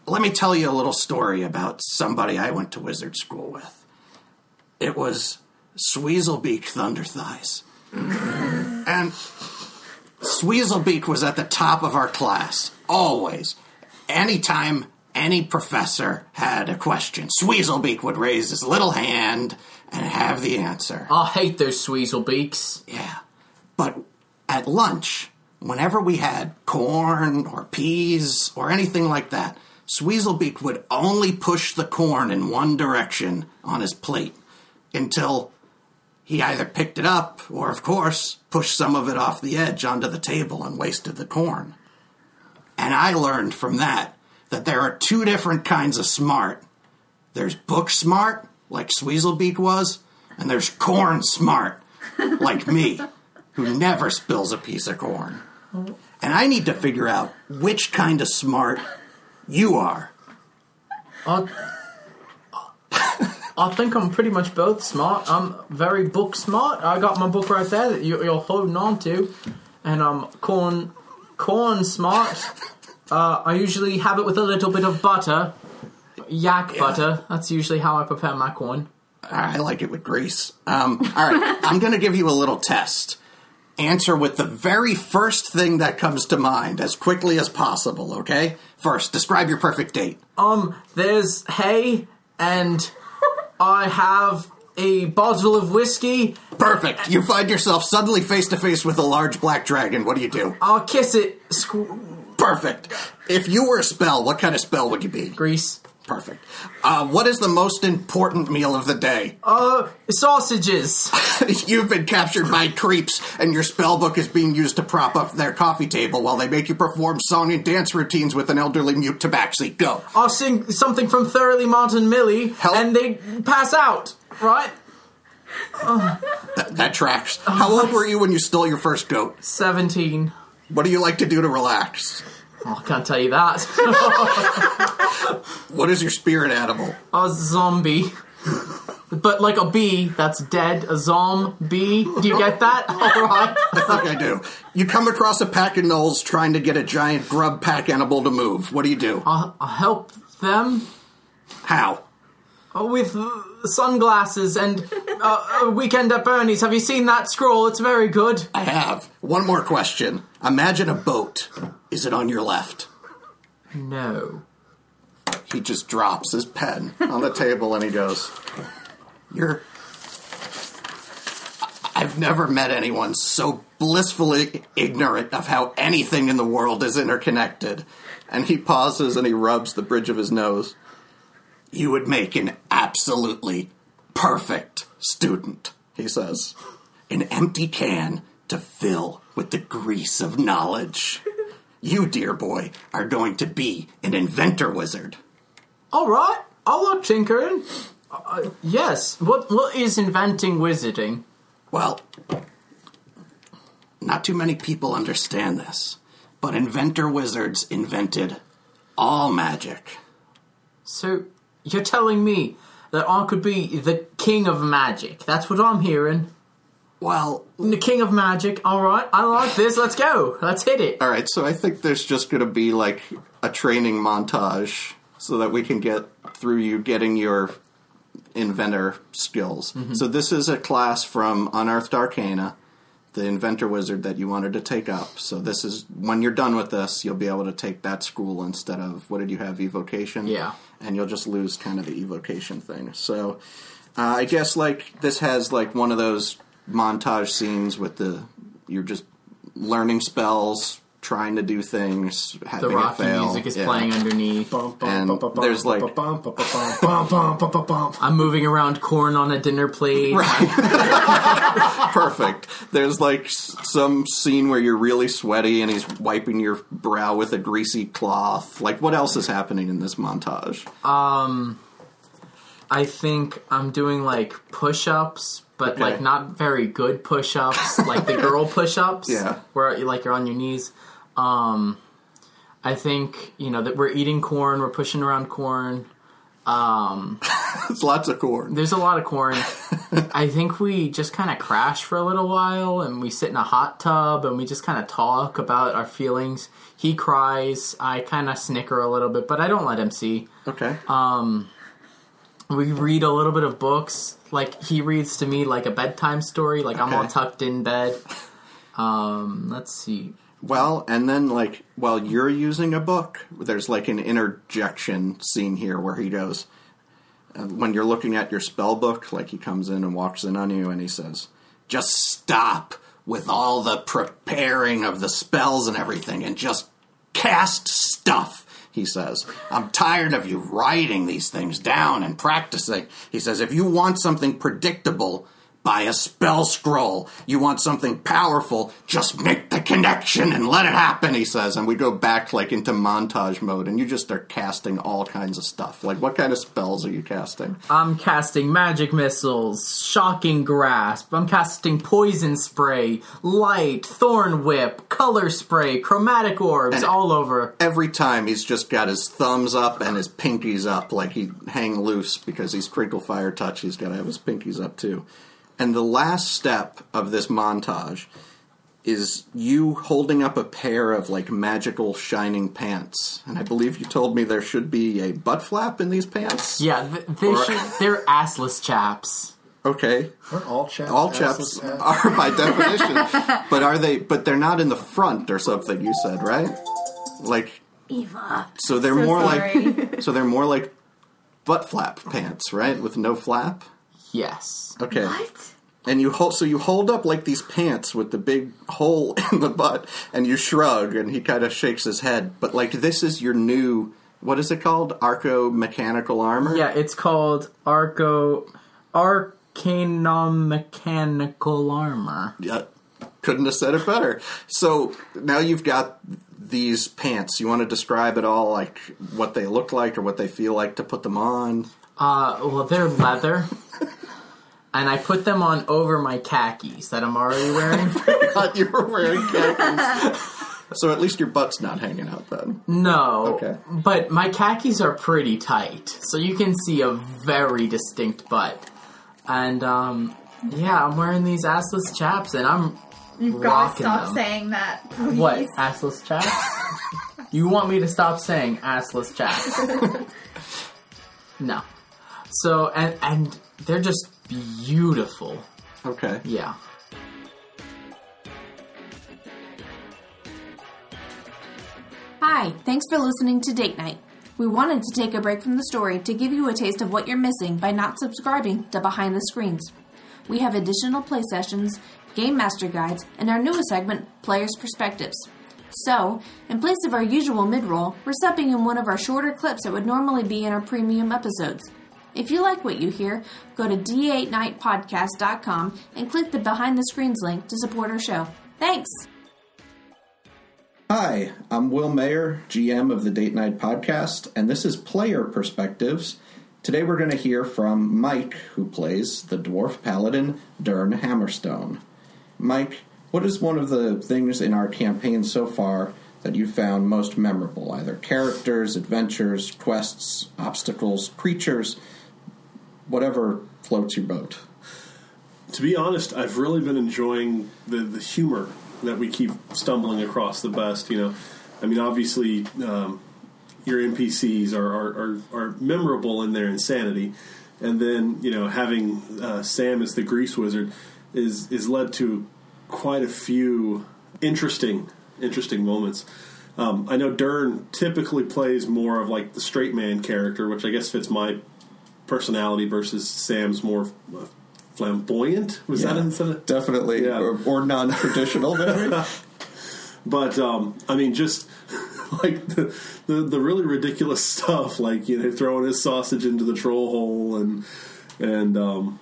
S2: Let me tell you a little story about somebody I went to wizard school with. It was Sweazelbeak Thunderthighs. and Sweazelbeak was at the top of our class, always. Anytime any professor had a question, Sweazelbeak would raise his little hand and have the answer.
S4: I hate those Sweezelbeaks.
S2: Yeah. But at lunch, whenever we had corn or peas or anything like that, Sweazelbeak would only push the corn in one direction on his plate until he either picked it up or, of course, pushed some of it off the edge onto the table and wasted the corn. And I learned from that that there are two different kinds of smart there's book smart, like Sweazelbeak was, and there's corn smart, like me, who never spills a piece of corn. And I need to figure out which kind of smart you are.
S4: I, I think I'm pretty much both smart. I'm very book smart. I got my book right there that you, you're holding on to, and I'm corn corn smart. Uh, I usually have it with a little bit of butter, yak butter. That's usually how I prepare my corn.
S2: Ah, I like it with grease. Um, all right, I'm going to give you a little test. Answer with the very first thing that comes to mind as quickly as possible, okay? First, describe your perfect date.
S4: Um, there's hay, and I have a bottle of whiskey.
S2: Perfect. You find yourself suddenly face to face with a large black dragon. What do you do?
S4: I'll kiss it. Squ-
S2: Perfect. If you were a spell, what kind of spell would you be?
S4: grease.
S2: Perfect. Uh, what is the most important meal of the day?
S4: Sausages.
S2: You've been captured by creeps, and your spell book is being used to prop up their coffee table while they make you perform song and dance routines with an elderly mute tabaxi. Go.
S4: I'll sing something from Thoroughly Martin Millie,
S2: Help.
S4: and they pass out, right?
S2: Th- that tracks. How old were you when you stole your first goat?
S4: 17.
S2: What do you like to do to relax?
S4: Oh, I can't tell you that. I
S2: What is your spirit animal?
S4: was a zombie. But like a bee that's dead, a zombie. Do you get that? Alright.
S2: I think I do. You come across a pack of gnolls trying to get a giant grub pack animal to move. What do you do?
S4: I'll, I'll help them
S2: How?
S4: with sunglasses and uh, a Weekend at Bernie's. Have you seen that scroll? It's very good.
S2: I have. One more question. Imagine a boat. Is it on your left?
S4: No.
S2: he just drops his pen on the table and he goes, You're. I've never met anyone so blissfully ignorant of how anything in the world is interconnected. And he pauses and he rubs the bridge of his nose. You would make an absolutely perfect student, he says. An empty can to fill with the grease of knowledge. You, dear boy, are going to be an inventor wizard.
S4: Alright. I'll look tinkering. Uh, yes. What what is inventing wizarding?
S7: Well, not too many people understand this, but inventor wizards invented all magic.
S4: So you're telling me that I could be the king of magic? That's what I'm hearing.
S7: Well,
S4: The king of magic. All right. I like this. Let's go. Let's hit it.
S2: All right, so I think there's just going to be like a training montage so that we can get through you getting your inventor skills. So this is a class from Unearthed Arcana, the inventor wizard that you wanted to take up. So this is when you're done with this, you'll be able to take that school instead of what did you have evocation?
S4: Yeah.
S2: and you'll just lose kind of the evocation thing. So uh, I guess like this has like one of those montage scenes with the you're just learning spells, trying to do things, having
S4: The rocky
S2: it fail.
S4: music is
S2: Yeah.
S4: playing underneath.
S2: And there's, like-
S8: Wait,
S4: I'm moving around corn on a dinner plate.
S2: Perfect. There's like s- some scene where you're really sweaty and he's wiping your brow with a greasy cloth. Like what else is happening in this montage?
S4: I think I'm doing like push ups, but
S2: Okay.
S4: like not very good push ups, like the girl push ups.
S2: Yeah.
S4: Where you like you're on your knees. Um I think, you know, that we're eating corn, we're pushing around corn.
S2: it's lots of corn.
S4: There's a lot of corn. I think we just kind of crash for a little while and we sit in a hot tub and we just kind of talk about our feelings. He cries, I kind of snicker a little bit, but I don't let him see.
S2: Okay.
S4: we read a little bit of books. Like he reads to me like a bedtime story. Like I'm all
S2: Okay.
S4: tucked in bed. Um, let's see.
S2: Well, and then like while you're using a book, there's like an interjection scene here where he goes, uh, when you're looking at your spell book, like he comes in and walks in on you and he says,
S7: just stop with all the preparing of the spells and everything and just cast stuff. He says, I'm tired of you writing these things down and practicing. He says, if you want something predictable, buy a spell scroll. You want something powerful, just make the connection and let it happen, he says.
S2: and we go back like into montage mode and you just start casting all kinds of stuff. Like what kind of spells are you casting?
S4: I'm casting magic missiles, shocking grasp. I'm casting poison spray, light, thorn whip, color spray, chromatic orbs, all over.
S2: Every time he's just got his thumbs up and his pinkies up, like he hang loose because he's crinkle fire touch, he's got to have his pinkies up too. And the last step of this montage is you holding up a pair of like magical shining pants. And I believe you told me there should be a butt flap in these pants.
S4: Yeah, th- they
S2: Or-
S4: should, they're assless chaps.
S2: Okay.
S8: all chaps.
S2: All chaps
S8: assless ass-
S2: are by definition, but are they? But they're not in the front or something. You said right? Like
S9: Eva.
S2: so, they're
S5: So
S2: more
S5: sorry.
S2: like so they're more like butt flap pants, right? With no flap.
S4: Yes.
S2: Okay.
S5: What?
S2: And you hold so you hold up like these pants with the big hole in the butt, and you shrug, and he kind of shakes his head. But like this is your new what is it called? Arco mechanical armor.
S4: Yeah, it's called Arco Arcanum Mechanical Armor.
S2: Yeah, couldn't have said it better. So now you've got these pants. You want to describe at all, like what they look like or what they feel like to put them on?
S4: Uh, well, they're leather. and I put them on over my khakis that I'm already wearing.
S2: God, you were wearing khakis. so at least your butt's not hanging out then.
S4: Mm. No.
S2: Okay.
S4: But my khakis are pretty tight, so you can see a very distinct butt. And, um, yeah, I'm wearing these assless chaps, and I'm.
S5: You've got to
S4: Rocking
S5: stop
S4: them.
S5: saying that, please.
S4: What? Assless chaps? you want me to stop saying assless chaps? no. So, and, and they're just beautiful.
S2: Okay.
S4: Yeah.
S1: Hi, thanks for listening to Date Night. We wanted to take a break from the story to give you a taste of what you're missing by not subscribing to Behind the Screens. We have additional play sessions, game master guides, and our newest segment, Players' Perspectives. So, in place of our usual mid roll, we're stepping in one of our shorter clips that would normally be in our premium episodes. If you like what you hear, go to d8nightpodcast.com and click the Behind the Screens link to support our show. Thanks!
S2: Hi, I'm Will Mayer, GM of the Date Night Podcast, and this is Player Perspectives, Today we're going to hear from Mike, who plays the dwarf paladin Dern Hammerstone. Mike, what is one of the things in our campaign so far that you found most memorable? Either characters, adventures, quests, obstacles, creatures, whatever floats your boat.
S3: To be honest, I've really been enjoying the, the humor that we keep stumbling across the best. You know, I mean, obviously, um, your NPCs are, are, are, are memorable in their insanity, and then you know having uh, Sam as the grease wizard is is led to quite a few interesting interesting moments. Um, I know Dern typically plays more of like the straight man character, which I guess fits my personality versus Sam's more uh, flamboyant. Was that instead of
S2: Definitely,
S3: Yeah.
S2: or, or non-traditional. maybe.
S3: But um, I mean, just like the, the the really ridiculous stuff, like you know, throwing his sausage into the troll hole, and and um,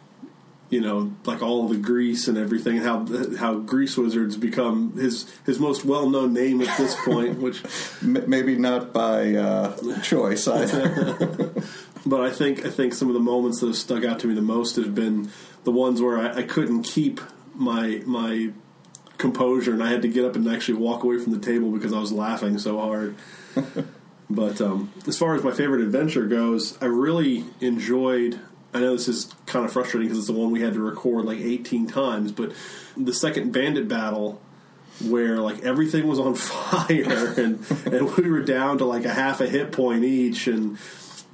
S3: you know, like all the grease and everything, and how how grease wizards become his his most well known name at this point. Which,
S2: M- maybe not by uh, choice either.
S3: but I think I think some of the moments that have stuck out to me the most have been the ones where I, I couldn't keep my my composure, and I had to get up and actually walk away from the table because I was laughing so hard. But um, as far as my favorite adventure goes, I really enjoyed. I know this is kind of frustrating because it's the one we had to record like 18 times, but the second bandit battle where like everything was on fire and, and we were down to like a half a hit point each and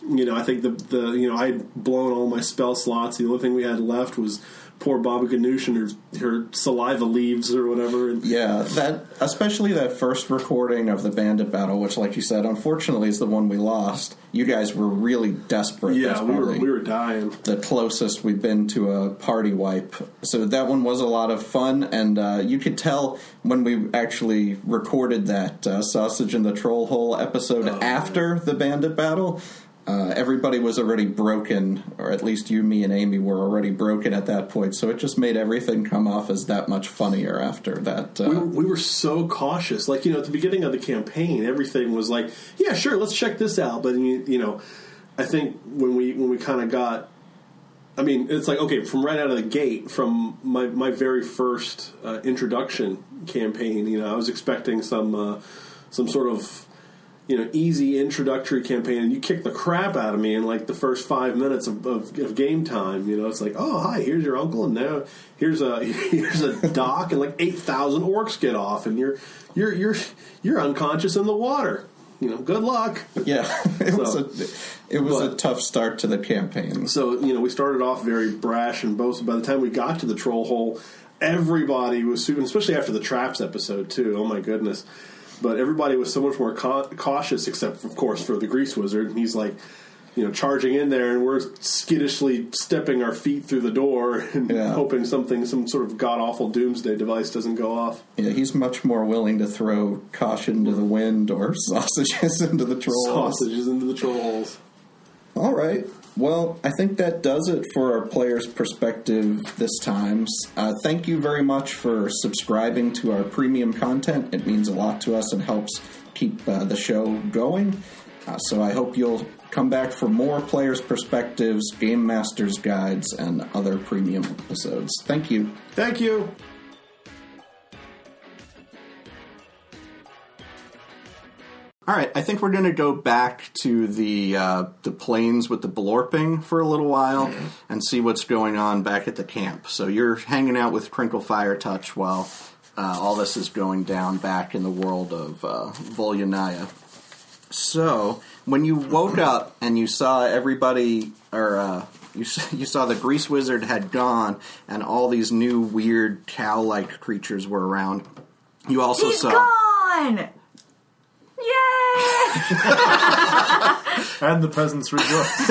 S3: you know I think the the you know I'd blown all my spell slots the only thing we had left was poor Baba Ganoush and her, her saliva leaves or whatever and
S2: yeah, that especially that first recording of the bandit battle, which, like you said, unfortunately is the one we lost. You guys were really desperate.
S3: yeah
S2: That's
S3: we were
S2: probably
S3: we were dying
S2: the closest we've been to a party wipe. So that one was a lot of fun, and uh, you could tell when we actually recorded that uh, sausage in the troll hole episode
S3: Oh,
S2: after the bandit battle. Uh, everybody was already broken, or at least you, me, and Amy were already broken at that point. So it just made everything come off as that much funnier after that. Uh,
S3: we were, we were so cautious. Like you know, at the beginning of the campaign, everything was like, "Yeah, sure, let's check this out." But you, you know, I think when we when we kind of got, I mean, it's like okay, from right out of the gate, from my my very first uh, introduction campaign, you know, I was expecting some uh, some sort of you know easy introductory campaign and you kick the crap out of me in like the first five minutes of, of, of game time you know it's like oh hi here's your uncle and now here's a here's a dock and like 8000 orcs get off and you're you're you're you're unconscious in the water you know good luck
S2: yeah, it was
S3: So-
S2: a it was a
S3: but-
S2: tough start to the campaign.
S3: so you know we started off very brash and boastful by the time we got to the troll hole everybody was super especially after the traps episode too oh my goodness but everybody was so much more cau- cautious except of course for the grease wizard and he's like you know charging in there and we're skittishly stepping our feet through the door and
S2: Yeah.
S3: hoping something some sort of god awful doomsday device doesn't go off
S2: Yeah, he's much more willing to throw caution to the wind or sausages into the trolls.
S3: sausages into the troll holes
S2: All right. Well, I think that does it for our player's perspective this time. Uh, thank you very much for subscribing to our premium content. It means a lot to us and helps keep uh, the show going. Uh, so I hope you'll come back for more players' perspectives, game masters' guides, and other premium episodes. Thank you.
S3: thank you
S2: All right, I think we're going to go back to the uh, the plains with the blorping for a little while
S5: Mm-hmm.
S2: and see what's going on back at the camp. So you're hanging out with Crinkle Fire Touch while uh, all this is going down back in the world of uh, Volyanaya. So when you woke
S5: Mm-hmm.
S2: up and you saw everybody, or uh, you s- you saw the grease wizard had gone, and all these new weird cow-like creatures were around. You also
S5: He's
S2: saw.
S5: gone! Yay!
S8: And the peasants rejoice.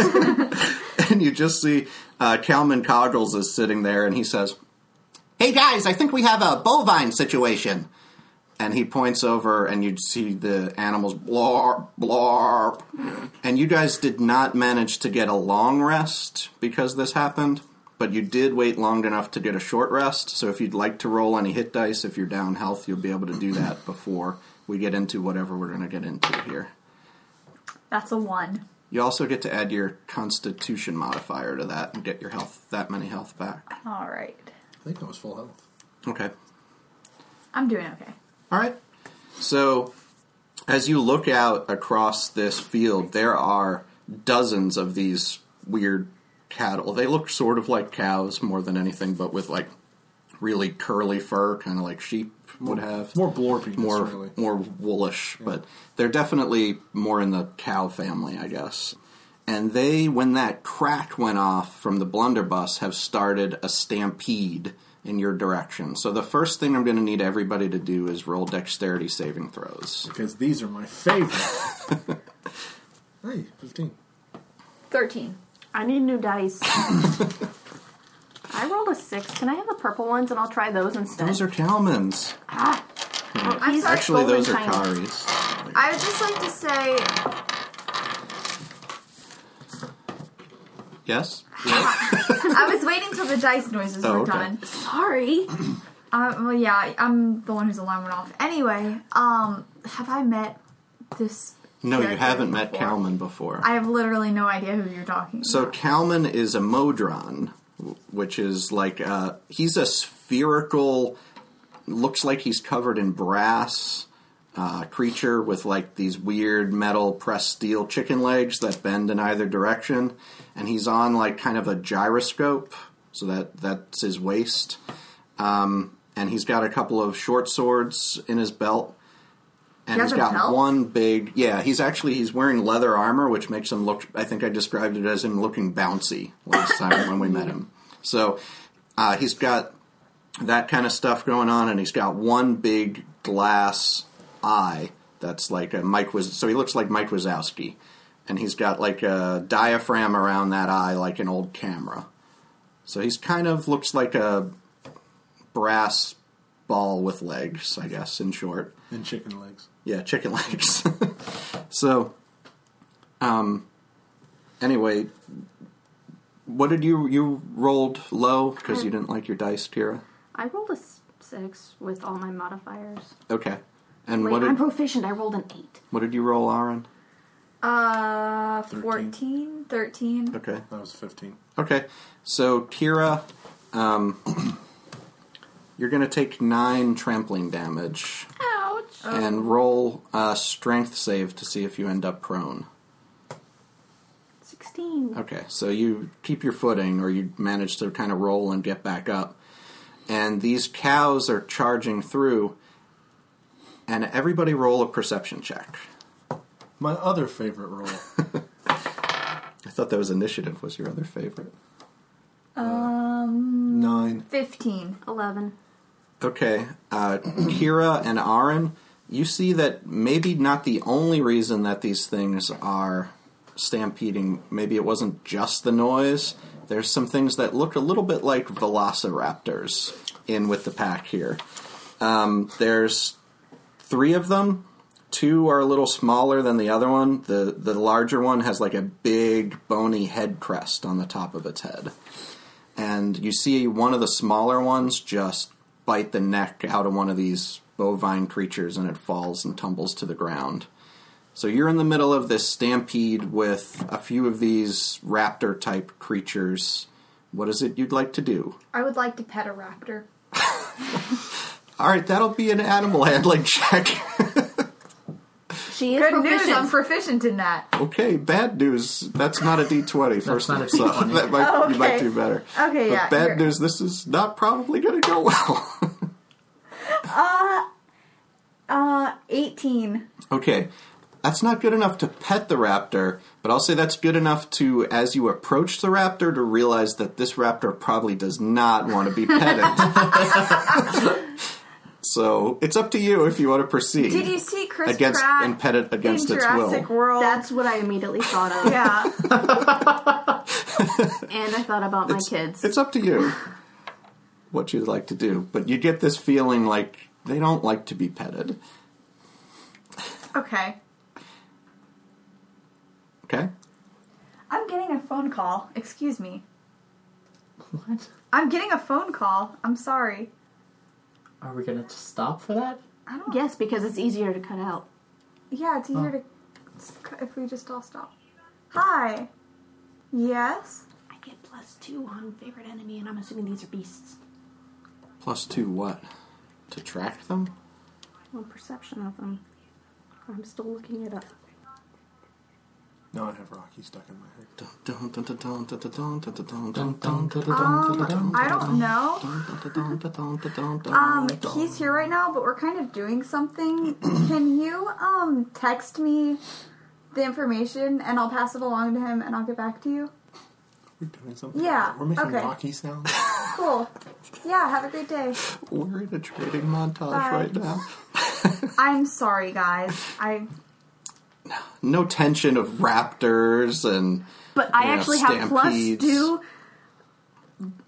S2: and you just see uh, Calman Coggles is sitting there, and he says, "Hey guys, I think we have a bovine situation." And he points over, and you see the animals blarp, blarp. And you guys did not manage to get a long rest because this happened, but you did wait long enough to get a short rest. So if you'd like to roll any hit dice, if you're down health, you'll be able to do that before we get into whatever we're going to get into here.
S5: That's a one.
S10: You also get to add your constitution modifier to that and get your health that many health back.
S5: All right.
S8: I think I was full health.
S10: Okay.
S5: I'm doing okay.
S10: All right. So, as you look out across this field, there are dozens of these weird cattle. They look sort of like cows more than anything, but with like really curly fur, kind of like sheep would have.
S8: More blorpiness,
S10: more
S8: really.
S10: more woolish, but they're definitely more in the cow family, I guess. And they, when that crack went off from the blunderbuss, have started a stampede in your direction. So the first thing I'm going to need everybody to do is roll dexterity saving throws.
S8: Because these are my favorite. hey, 15.
S5: 13.
S1: I need new dice. I rolled a six. Can I have the purple ones and I'll try those instead?
S10: Those are Kalmans.
S1: ah.
S5: I'm sorry.
S10: Actually,
S1: golden
S10: those are
S1: tiny.
S10: Kari's.
S5: I would just like to say
S10: Yes?
S5: I was waiting till the dice noises
S10: Oh,
S5: were
S10: okay.
S5: done.
S1: Sorry.
S5: Uh, well, yeah, I'm the one whose alarm went off. Anyway, um, have I met this?
S10: No, you
S5: character
S10: haven't met
S5: before?
S10: Kalman before.
S5: I have literally no idea who you're talking.
S10: So Kalman is a modron, w- which is like uh, he's a spherical, looks like he's covered in brass uh, creature with like these weird metal pressed steel chicken legs that bend in either direction, and he's on like kind of a gyroscope, so that that's his waist, um, and he's got a couple of short swords in his belt. And
S5: He
S10: he's
S5: has a
S10: got
S5: belt?
S10: one big, yeah. He's actually he's wearing leather armor, which makes him look. I think I described it as him looking bouncy last time when we met him. So uh, he's got that kind of stuff going on, and he's got one big glass eye that's like a Mike was. So he looks like Mike Wazowski, and he's got like a diaphragm around that eye, like an old camera. So he's kind of looks like a brass ball with legs, I guess. In short,
S8: And chicken legs.
S10: yeah, chicken legs. so, um, anyway, what did you you rolled low because you didn't like your dice, Kira?
S1: I rolled a s- six with all my modifiers.
S10: Okay, and
S1: Wait,
S10: what
S1: I'm
S10: did
S1: proficient. I rolled an eight.
S10: what did you roll, Aaron?
S5: Uh, 14, 13.
S10: Okay,
S8: That was 15.
S10: okay. So Kira, um, you're gonna take nine trampling damage
S1: Ouch.
S5: Uh,
S10: and roll a strength save to see if you end up prone.
S1: Sixteen.
S10: Okay, so you keep your footing, or you manage to kind of roll and get back up. And these cows are charging through, and everybody roll a perception check.
S8: My other favorite roll.
S10: I thought that was initiative was your other favorite.
S8: Nine.
S5: 15.
S1: Eleven.
S10: Okay, uh, Kira and Aaron, you see that maybe not the only reason that these things are stampeding. Maybe it wasn't just the noise. There's some things that look a little bit like velociraptors in with the pack here. Um, there's three of them. Two are a little smaller than the other one. The the larger one has like a big bony head crest on the top of its head and you see one of the smaller ones just bite the neck out of one of these bovine creatures and it falls and tumbles to the ground. So you're in the middle of this stampede with a few of these raptor type creatures. What is it you'd like to do?
S5: I would like to pet a raptor.
S10: All right, that'll be an animal handling check.
S1: She is
S5: Good
S1: proficient.
S5: news, I'm proficient in that.
S10: okay, bad news. That's not a D20. First
S4: not a
S10: of so
S4: D20.
S10: that might, you might
S5: okay.
S10: do better.
S5: Okay,
S10: but
S5: yeah,
S10: Bad
S5: you're-
S10: news. This is not probably going to go well.
S5: Uh, 18.
S10: Okay. That's not good enough to pet the raptor, but I'll say that's good enough to, as you approach the raptor, to realize that this raptor probably does not want to be petted. so it's up to you if you want to proceed.
S5: Did you see Chris
S10: against
S5: Pratt
S10: and pet it
S5: in
S10: against its will?
S5: Jurassic World?
S1: That's what I immediately thought of,
S5: yeah.
S1: and I thought about my kids.
S10: It's up to you what you'd like to do, but you get this feeling like they don't like to be petted.
S5: okay.
S10: Okay.
S5: I'm getting a phone call. Excuse me.
S4: What?
S5: I'm getting a phone call. I'm sorry.
S4: Are we gonna just stop for that?
S5: I don't.
S1: yes, because it's easier to cut out.
S5: Yeah, it's easier to to if we just all stop. Hi. Yes?
S1: I get plus two on favorite enemy, and I'm assuming these are beasts.
S2: Plus two what? To track them?
S1: Well, perception of them. I'm still looking it up.
S8: No, I have Rocky stuck in my head.
S5: Um, I don't know. Um, he's here right now, but we're kind of doing something. Can you um text me the information and I'll pass it along to him and I'll get back to you?
S8: We're doing something.
S5: Yeah,
S8: We're making
S5: okay.
S8: Rocky sounds.
S5: Cool. Yeah, have a great day.
S10: We're in a trading montage
S5: Bye.
S10: right now.
S5: I'm sorry, guys. I
S10: No tension of raptors and
S1: But I
S10: Yeah,
S1: actually have plus
S10: stampedes.
S1: two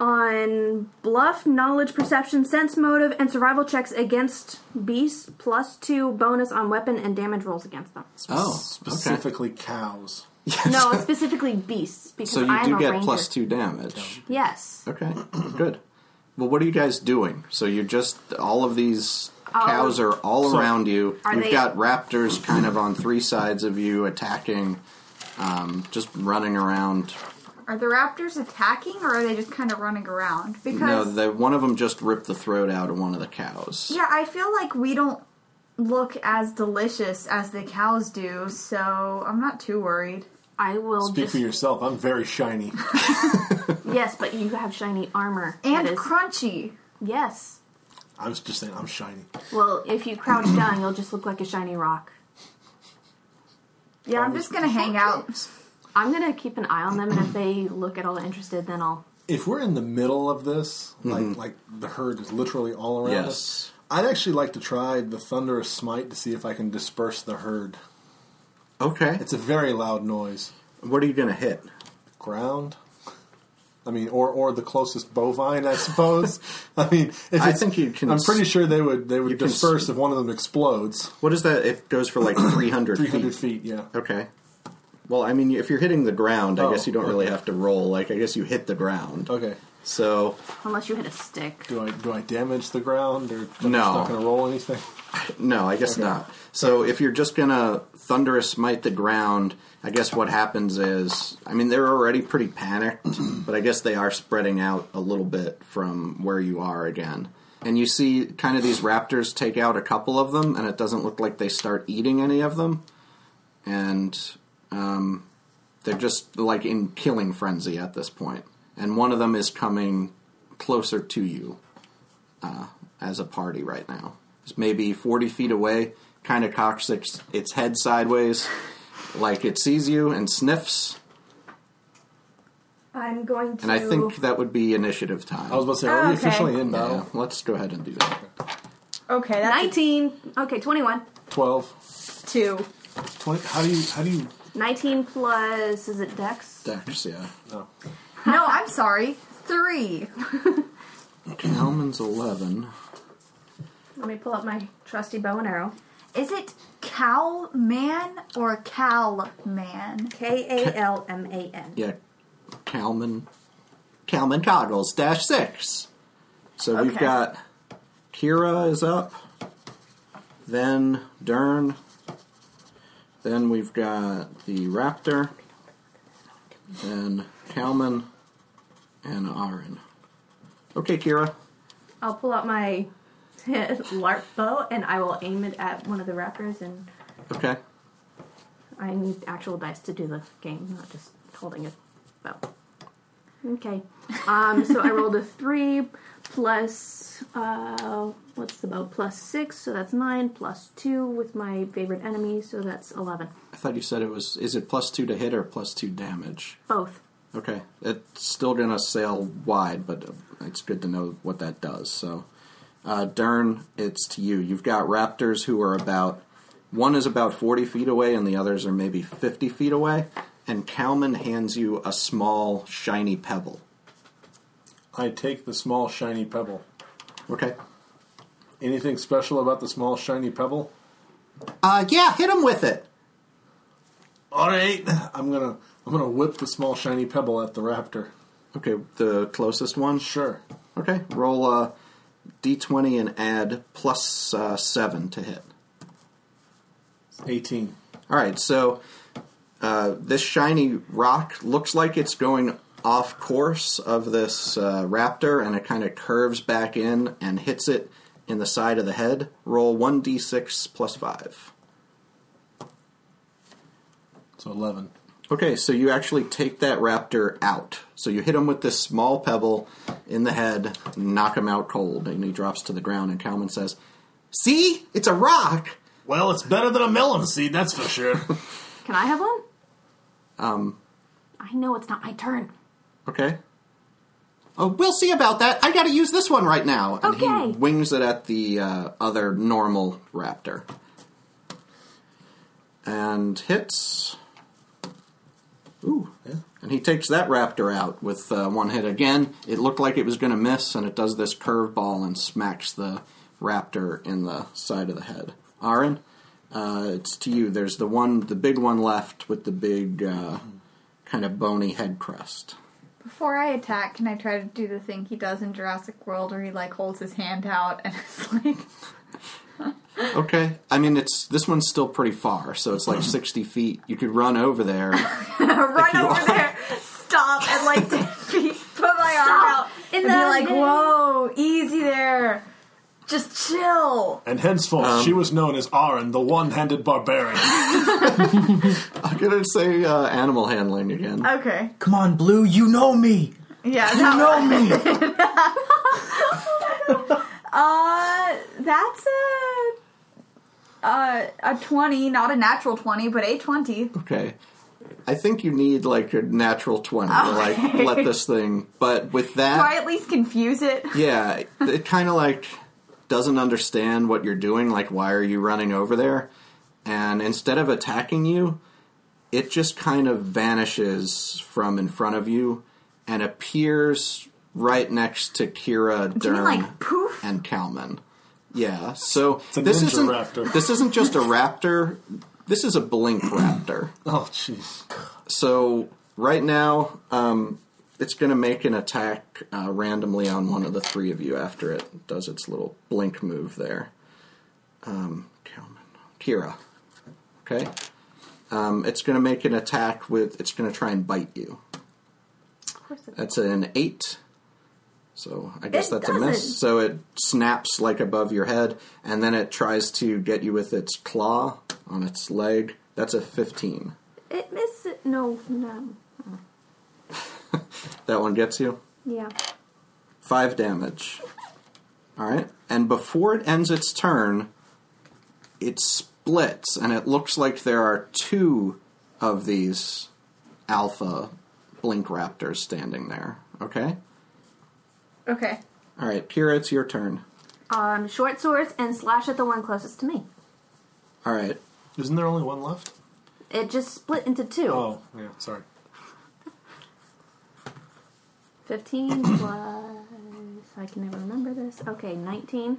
S1: on bluff, knowledge, perception, sense motive, and survival checks against beasts, plus two bonus on weapon and damage rolls against them.
S10: oh, okay.
S8: Specifically cows.
S1: No, specifically beasts, because
S10: So you
S1: I'm
S10: do
S1: a
S10: get
S1: ranger.
S10: plus two damage.
S1: Yes.
S10: Okay, good. Well, what are you guys doing? So you're just all of these cows are all around you.
S1: Oh. Are
S10: You've
S1: they-
S10: got raptors kind of on three sides of you attacking, um, just running around.
S5: are the raptors attacking or are they just kind of running around? Because
S10: No, the, one of them just ripped the throat out of one of the cows.
S5: Yeah, I feel like we don't look as delicious as the cows do, so I'm not too worried.
S1: I will
S8: Speak
S1: just.
S8: for yourself. I'm very shiny.
S1: Yes, but you have shiny armor.
S5: And
S1: that is-
S5: crunchy.
S1: yes.
S8: I was just saying, I'm shiny.
S1: Well, if you crouch down, you'll just look like a shiny rock.
S5: Yeah, I'm just gonna hang out.
S1: I'm gonna keep an eye on them, and if they look at all interested, then I'll.
S8: If we're in the middle of this, like like the herd is literally all around
S10: Mm-hmm. Yes.
S8: us, I'd actually like to try the thunderous smite to see if I can disperse the herd.
S10: Okay,
S8: It's a very loud noise.
S10: what are you gonna hit?
S8: Ground. I mean, or or the closest bovine, I suppose. I mean, if
S10: I
S8: it's-
S10: think you can
S8: I'm
S10: s-
S8: pretty sure they would they would
S10: can
S8: disperse
S10: s-
S8: if one of them explodes.
S10: What is that? It goes for like 300, feet.
S8: 300 feet, yeah.
S10: Okay. Well, I mean, if you're hitting the ground, I
S8: Oh,
S10: guess you don't really
S8: okay.
S10: have to roll. Like, I guess you hit the ground.
S8: Okay.
S10: So
S1: Unless you hit a stick.
S8: Do I do I damage the ground or I'm
S10: No.
S8: just not going to roll anything?
S10: No, I guess not. So if you're just gonna thunderous smite the ground, I guess what happens is, I mean, they're already pretty panicked, but I guess they are spreading out a little bit from where you are again. And you see kind of these raptors take out a couple of them, and it doesn't look like they start eating any of them. And um, they're just like in killing frenzy at this point. And one of them is coming closer to you uh, as a party right now. It's maybe 40 feet away, kind of cocks its, its head sideways, like it sees you and sniffs.
S1: I'm going to.
S10: And I think that would be initiative time.
S8: I was about to say, are we
S5: Okay.
S8: officially in
S10: yeah,
S8: battle?
S10: let's go ahead and do that.
S5: Okay, that's
S1: 19. Okay, 21.
S8: 12,
S5: two.
S8: 20. How do you how do you
S1: 19 plus. Is it Dex?
S10: Dex, yeah.
S8: no.
S5: No, I'm sorry. Three.
S10: Hellman's 11.
S1: Let me pull up my trusty bow and arrow.
S5: Is it cow man or cal man?
S1: K A L M A N.
S10: Yeah, Calman. Calman Coggles, dash 6. So we've
S5: Okay.
S10: got Kira is up, then Dern, then we've got the Raptor, then Calman, and Arin. Okay, Kira.
S1: I'll pull out my LARP bow and I will aim it at one of the wrappers. And
S10: Okay.
S1: I need actual dice to do the game, not just holding a bow. Okay. Um, so I rolled a 3 plus. Uh, what's the bow? Plus 6, so that's 9, plus 2 with my favorite enemy, so that's 11.
S10: I thought you said it was. Is it plus two to hit or plus two damage?
S1: Both.
S10: Okay, it's still gonna sail wide, but it's good to know what that does. So, uh, Dern, it's to you. You've got raptors who are about one is about forty feet away, and the others are maybe fifty feet away. And Kalman hands you a small shiny pebble.
S8: I take the small shiny pebble.
S10: Okay.
S8: Anything special about the small shiny pebble?
S10: Uh, yeah, hit him with it.
S8: All right, I'm gonna I'm gonna whip the small shiny pebble at the raptor.
S10: Okay, the closest one.
S8: Sure.
S10: Okay, roll a d20 and add plus uh, seven to hit.
S8: 18.
S10: All right, so uh, this shiny rock looks like it's going off course of this uh, raptor and it kind of curves back in and hits it in the side of the head. Roll 1d6 plus 5.
S8: So 11.
S10: Okay, so you actually take that raptor out. So you hit him with this small pebble in the head, knock him out cold, and he drops to the ground. And Cowman says, "See, it's a rock."
S11: Well, it's better than a melon seed, that's for sure.
S1: Can I have one? Um. I know it's not my turn.
S10: Okay. Oh, we'll see about that. I got to use this one right now, and
S1: Okay.
S10: he wings it at the uh, other normal raptor, and hits. Ooh, yeah. And he takes that raptor out with uh, one hit again. It looked like it was going to miss, and it does this curveball and smacks the raptor in the side of the head. Aaron, uh, it's to you. There's the one, the big one left with the big, uh, kind of bony head crest.
S5: Before I attack, can I try to do the thing he does in Jurassic World where he like holds his hand out and it's like
S10: Okay. I mean, it's this one's still pretty far, so it's like sixty feet. You could run over there.
S5: run
S10: you
S5: over
S10: are.
S5: there, stop and like ten feet, put my arm out
S1: in
S5: and be
S1: the
S5: like,
S1: middle.
S5: whoa, easy there. Just chill.
S11: and henceforth,
S8: Um,
S11: she was known as Aaron, the one handed barbarian.
S10: I'm gonna say uh, animal handling again.
S5: Okay.
S4: Come on, Blue, you know me.
S5: Yeah,
S4: You
S5: that Oh
S4: know me.
S5: Uh, that's a uh, a twenty, not a natural twenty, but a twenty.
S10: Okay. I think you need like a natural twenty to like
S5: Okay.
S10: let this thing. But with that,
S5: Do I at least confuse it?
S10: yeah, it, kind of like doesn't understand what you're doing. Like, why are you running over there? And instead of attacking you, it just kind of vanishes from in front of you and appears right next to Kira
S5: you mean,
S10: Dern
S5: like, poof?
S10: and Kalman. Yeah, so
S11: a
S10: this
S11: ninja
S10: isn't
S11: raptor.
S10: this isn't just a raptor. This is a blink raptor.
S8: Oh, jeez.
S10: So right now, um, it's going to make an attack uh, randomly on one of the three of you after it does its little blink move there. Um, Kalman. Kira. Okay. Um, it's going to make an attack with. It's going to try and bite you. That's an eight. So I guess
S1: It
S10: that's a
S1: doesn't.
S10: miss. So it snaps like above your head, and then it tries to get you with its claw on its leg. That's a fifteen.
S1: It miss No, no.
S10: That one gets you.
S1: Yeah.
S10: five damage. All right, and before it ends its turn, it splits, and it looks like there are two of these alpha blink raptors standing there. Okay,
S5: Okay.
S10: all right, Kira, it's your turn.
S1: Um, short swords and slash at the one closest to me.
S10: All right,
S8: Isn't there only one left?
S1: It just split into two.
S8: Oh, yeah, sorry.
S1: 15 plus. I can never remember this. Okay, 19.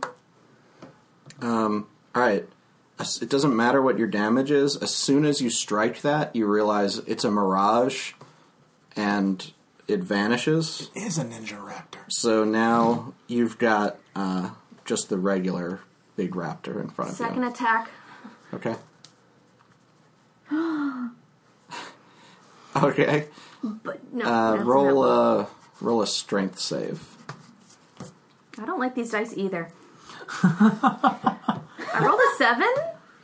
S10: all right. As- It doesn't matter what your damage is. As soon as you strike that, you realize it's a mirage, and it vanishes.
S11: is a ninja raptor.
S10: So now you've got uh, just the regular big raptor in front of
S1: Second
S10: you.
S1: attack.
S10: Okay. okay.
S1: But no.
S10: Uh,
S1: that's
S10: roll
S1: not-
S10: a roll a strength save.
S1: I don't like these dice either. I rolled a 7?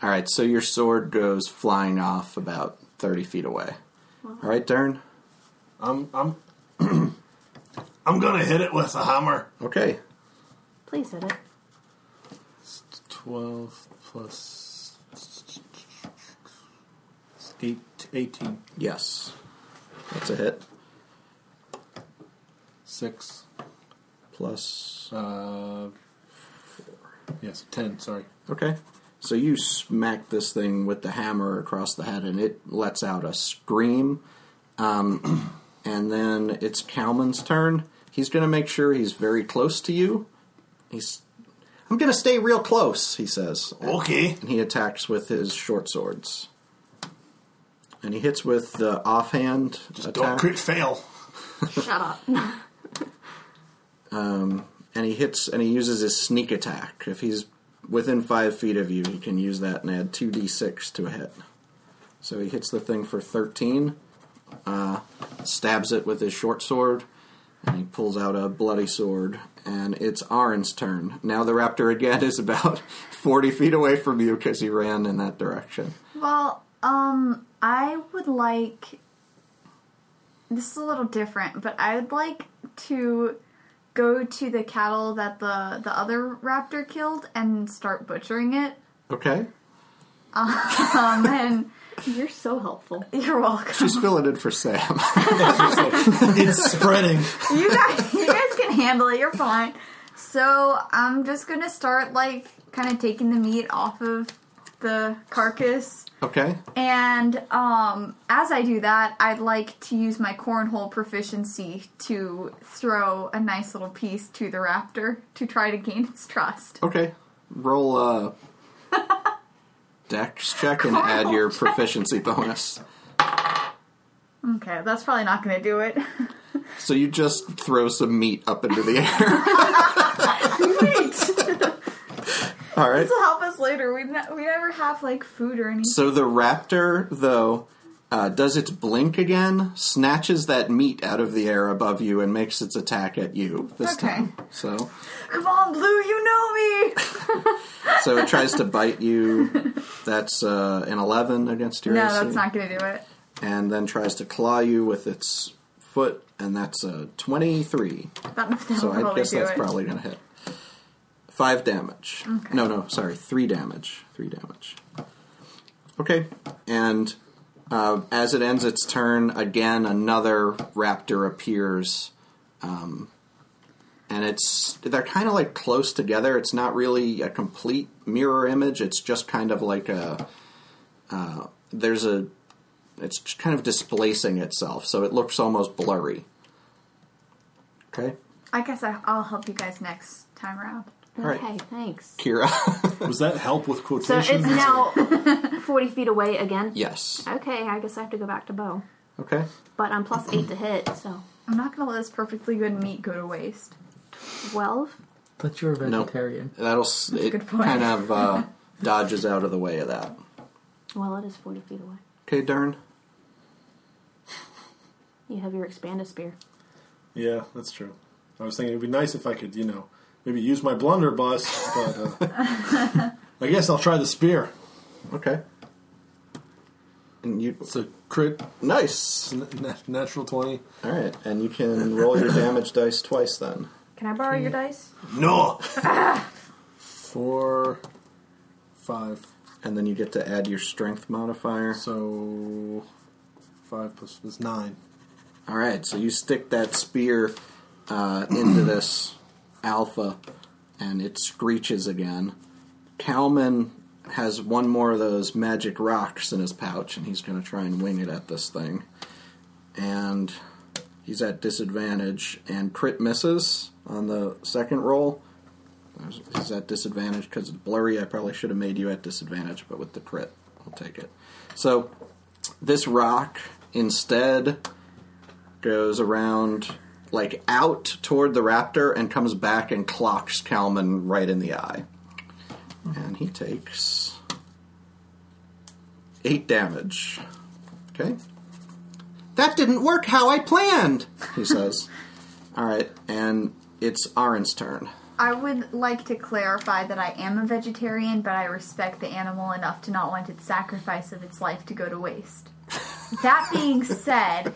S10: All right. So your sword goes flying off about thirty feet away. All right, Dern.
S8: I'm, I'm,
S11: I'm gonna hit it with a hammer.
S10: Okay.
S1: Please hit it.
S8: 12 plus eight, 18.
S10: Yes. That's a hit.
S8: 6.
S10: Plus.
S8: Uh, yes, 10, sorry.
S10: Okay. So you smack this thing with the hammer across the head, and it lets out a scream. Um, and then it's Kalman's turn. He's going to make sure he's very close to you. He's. I'm going to stay real close, he says.
S8: Oh.
S11: Okay.
S10: And he attacks with his short swords. And he hits with the offhand
S11: Don't
S10: attack.
S11: crit fail.
S1: Shut up.
S10: and he hits and he uses his sneak attack. If he's within five feet of you, he can use that and add 2d6 to a hit.
S2: So he hits the thing for 13, uh, stabs it with his short sword, and he pulls out a bloody sword. And it's Arin's turn. Now the raptor again is about 40 feet away from you because he ran in that direction.
S5: Well, um, I would like. This is a little different, but I would like to go to the cattle that the the other raptor killed and start butchering it.
S10: Okay.
S5: Um, and
S1: You're so helpful.
S5: you're welcome.
S10: Just fill it in for Sam.
S11: It's spreading.
S5: You guys, you guys can handle it. You're fine. So I'm just gonna start like kind of taking the meat off of the carcass
S10: okay.
S5: And um, as I do that, I'd like to use my cornhole proficiency to throw a nice little piece to the raptor to try to gain its trust.
S10: Okay. Roll uh dex check and add your proficiency bonus.
S5: Okay, that's probably not going to do it.
S10: So you just throw some meat up into the air.
S5: Wait,
S10: All right.
S5: this will help us later. We ne- we never have like food or anything.
S10: So the raptor, though, uh, does its blink again, snatches that meat out of the air above you, and makes its attack at you this
S5: Okay.
S10: time. So,
S5: Come on, Blue, you know me.
S10: so it tries to bite you. That's uh, an eleven against your
S5: No,
S10: AC,
S5: that's not going to do it.
S10: and then tries to claw you with its foot, and that's a twenty-three.
S5: That, that'll
S10: So I
S5: probably
S10: guess
S5: do
S10: that's
S5: it.
S10: probably gonna hit. Five damage. No, no, sorry, three damage. Three damage. Okay, and uh, as it ends its turn, again another raptor appears, um, and it's they're kind of like close together. It's not really a complete mirror image. It's just kind of like a uh, there's a it's just kind of displacing itself, so it looks almost blurry. Okay,
S5: I guess I, I'll help you guys next time around.
S10: right.
S1: Okay, thanks.
S10: Kira.
S8: Was that help with
S1: So
S8: quotations?
S1: it's now 40 feet away again?
S10: Yes.
S1: Okay, I guess I have to go back to bow.
S10: Okay.
S1: But I'm plus 8 to hit, so
S5: I'm not going to let this perfectly good meat go to waste.
S1: 12.
S4: But you're a
S10: No.
S4: vegetarian.
S10: That'll s it
S5: good point.
S10: kind of uh, dodges out of the way of that.
S1: Well, it is 40 feet away.
S10: Okay, Darn.
S1: You have your expanded spear.
S8: yeah, that's true. I was thinking it'd be nice if I could, you know, maybe use my blunderbuss, but uh, I guess I'll try the spear.
S10: Okay. And you
S8: It's a crit,
S10: nice.
S8: n- na- natural 20.
S10: All right, and you can roll your damage dice twice then.
S5: Can I borrow
S8: Mm.
S5: your dice?
S11: No.
S8: Four, five.
S10: And then you get to add your strength modifier.
S8: So, five plus is nine.
S10: All right, so you stick that spear uh, into this alpha, and it screeches again. Kalman has one more of those magic rocks in his pouch, and he's going to try and wing it at this thing. And he's at disadvantage, and crit misses on the second roll. He's at disadvantage because it's blurry. I probably should have made you at disadvantage, but with the crit, I'll take it. So this rock instead goes around like out toward the raptor and comes back and clocks Kalman right in the eye. And he takes eight damage. Okay. That didn't work how I planned, he says. All right, and it's Arin's turn.
S5: I would like to clarify that I am a vegetarian, but I respect the animal enough to not want its sacrifice of its life to go to waste. That being said,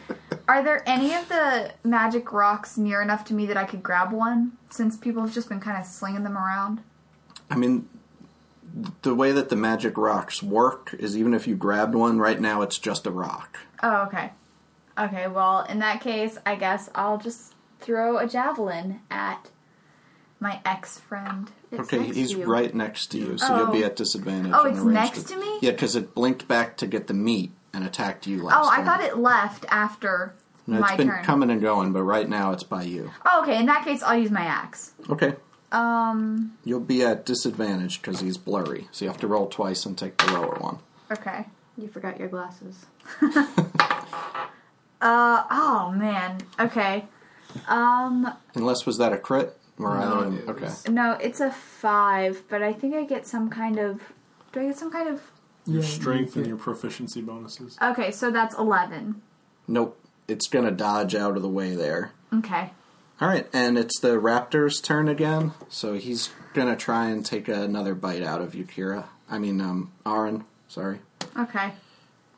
S5: are there any of the magic rocks near enough to me that I could grab one? Since people have just been kind of slinging them around.
S10: I mean, the way that the magic rocks work is even if you grabbed one, right now it's just a rock.
S5: Oh, okay. Okay, well, in that case, I guess I'll just throw a javelin at my ex friend.
S1: It's
S10: Okay,
S1: next
S10: he's
S1: to you.
S10: right next to you, so you'll be at disadvantage.
S5: Oh,
S10: on
S5: it's
S10: a ranged
S5: next
S10: at-
S5: to me?
S10: Yeah, because it blinked back to get the meat and attacked you last
S5: Oh, I
S10: turn.
S5: thought it left after
S10: No, it's
S5: my
S10: been
S5: turn.
S10: coming and going, but right now it's by you.
S5: Oh, okay, in that case, I'll use my axe.
S10: Okay. Um. You'll be at disadvantage because he's blurry, so you have to roll twice and take the lower one.
S5: Okay.
S1: You forgot your glasses.
S5: Uh oh man. Okay. Um
S10: Unless was that a crit? Or either of them-
S4: it
S10: okay.
S4: was-
S5: no, it's a 5, but I think I get some kind of do I get some kind of
S8: Your
S3: Yeah,
S8: strength and
S3: okay.
S8: your proficiency bonuses.
S5: Okay, so that's 11.
S10: Nope. It's going to dodge out of the way there.
S5: Okay.
S10: All right, and it's the raptor's turn again. So he's going to try and take another bite out of you, Kira. I mean, um, Aaron. Sorry.
S5: Okay.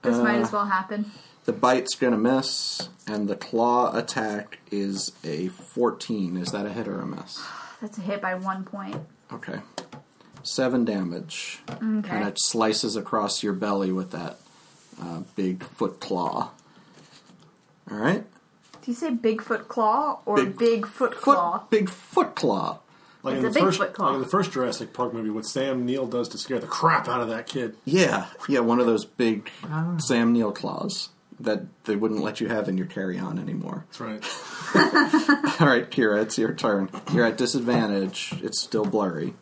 S5: This might as well happen.
S10: The bite's going to miss, and the claw attack is a 14. Is that a hit or a miss?
S5: That's a hit by one point.
S10: Okay. Seven damage. And
S5: Okay.
S10: it slices across your belly with that uh, big foot claw. All right.
S5: Do you say Bigfoot Claw or
S10: Big-
S5: Bigfoot
S10: Foot,
S5: Claw?
S10: Big foot claw.
S8: Like
S5: It's
S8: in,
S5: a
S8: the
S5: big
S8: first,
S5: foot claw.
S8: like in the first Jurassic Park movie, what Sam Neill does to scare the crap out of that kid.
S10: Yeah, yeah, one of those big
S5: Oh.
S10: Sam Neill claws that they wouldn't let you have in your carry on anymore.
S8: That's right.
S10: All right, Kira, it's your turn. You're at disadvantage. It's still blurry.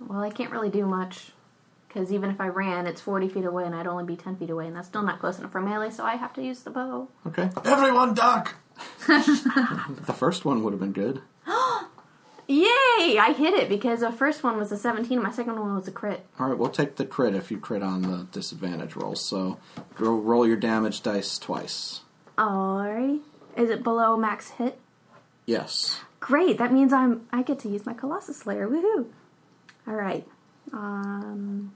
S12: Well, I can't really do much because even if I ran, it's 40 feet away and I'd only be 10 feet away, and that's still not close enough for melee, so I have to use the bow.
S10: Okay.
S13: Everyone duck!
S10: The first one would have been good.
S12: Yay! I hit it because the first one was a 17, and my second one was a crit.
S10: All right, we'll take the crit if you crit on the disadvantage roll. So ro- roll your damage dice twice.
S12: Alrighty. Is it below max hit?
S10: Yes.
S12: Great, that means I'm I get to use my Colossus Slayer. Woohoo! Alright. Um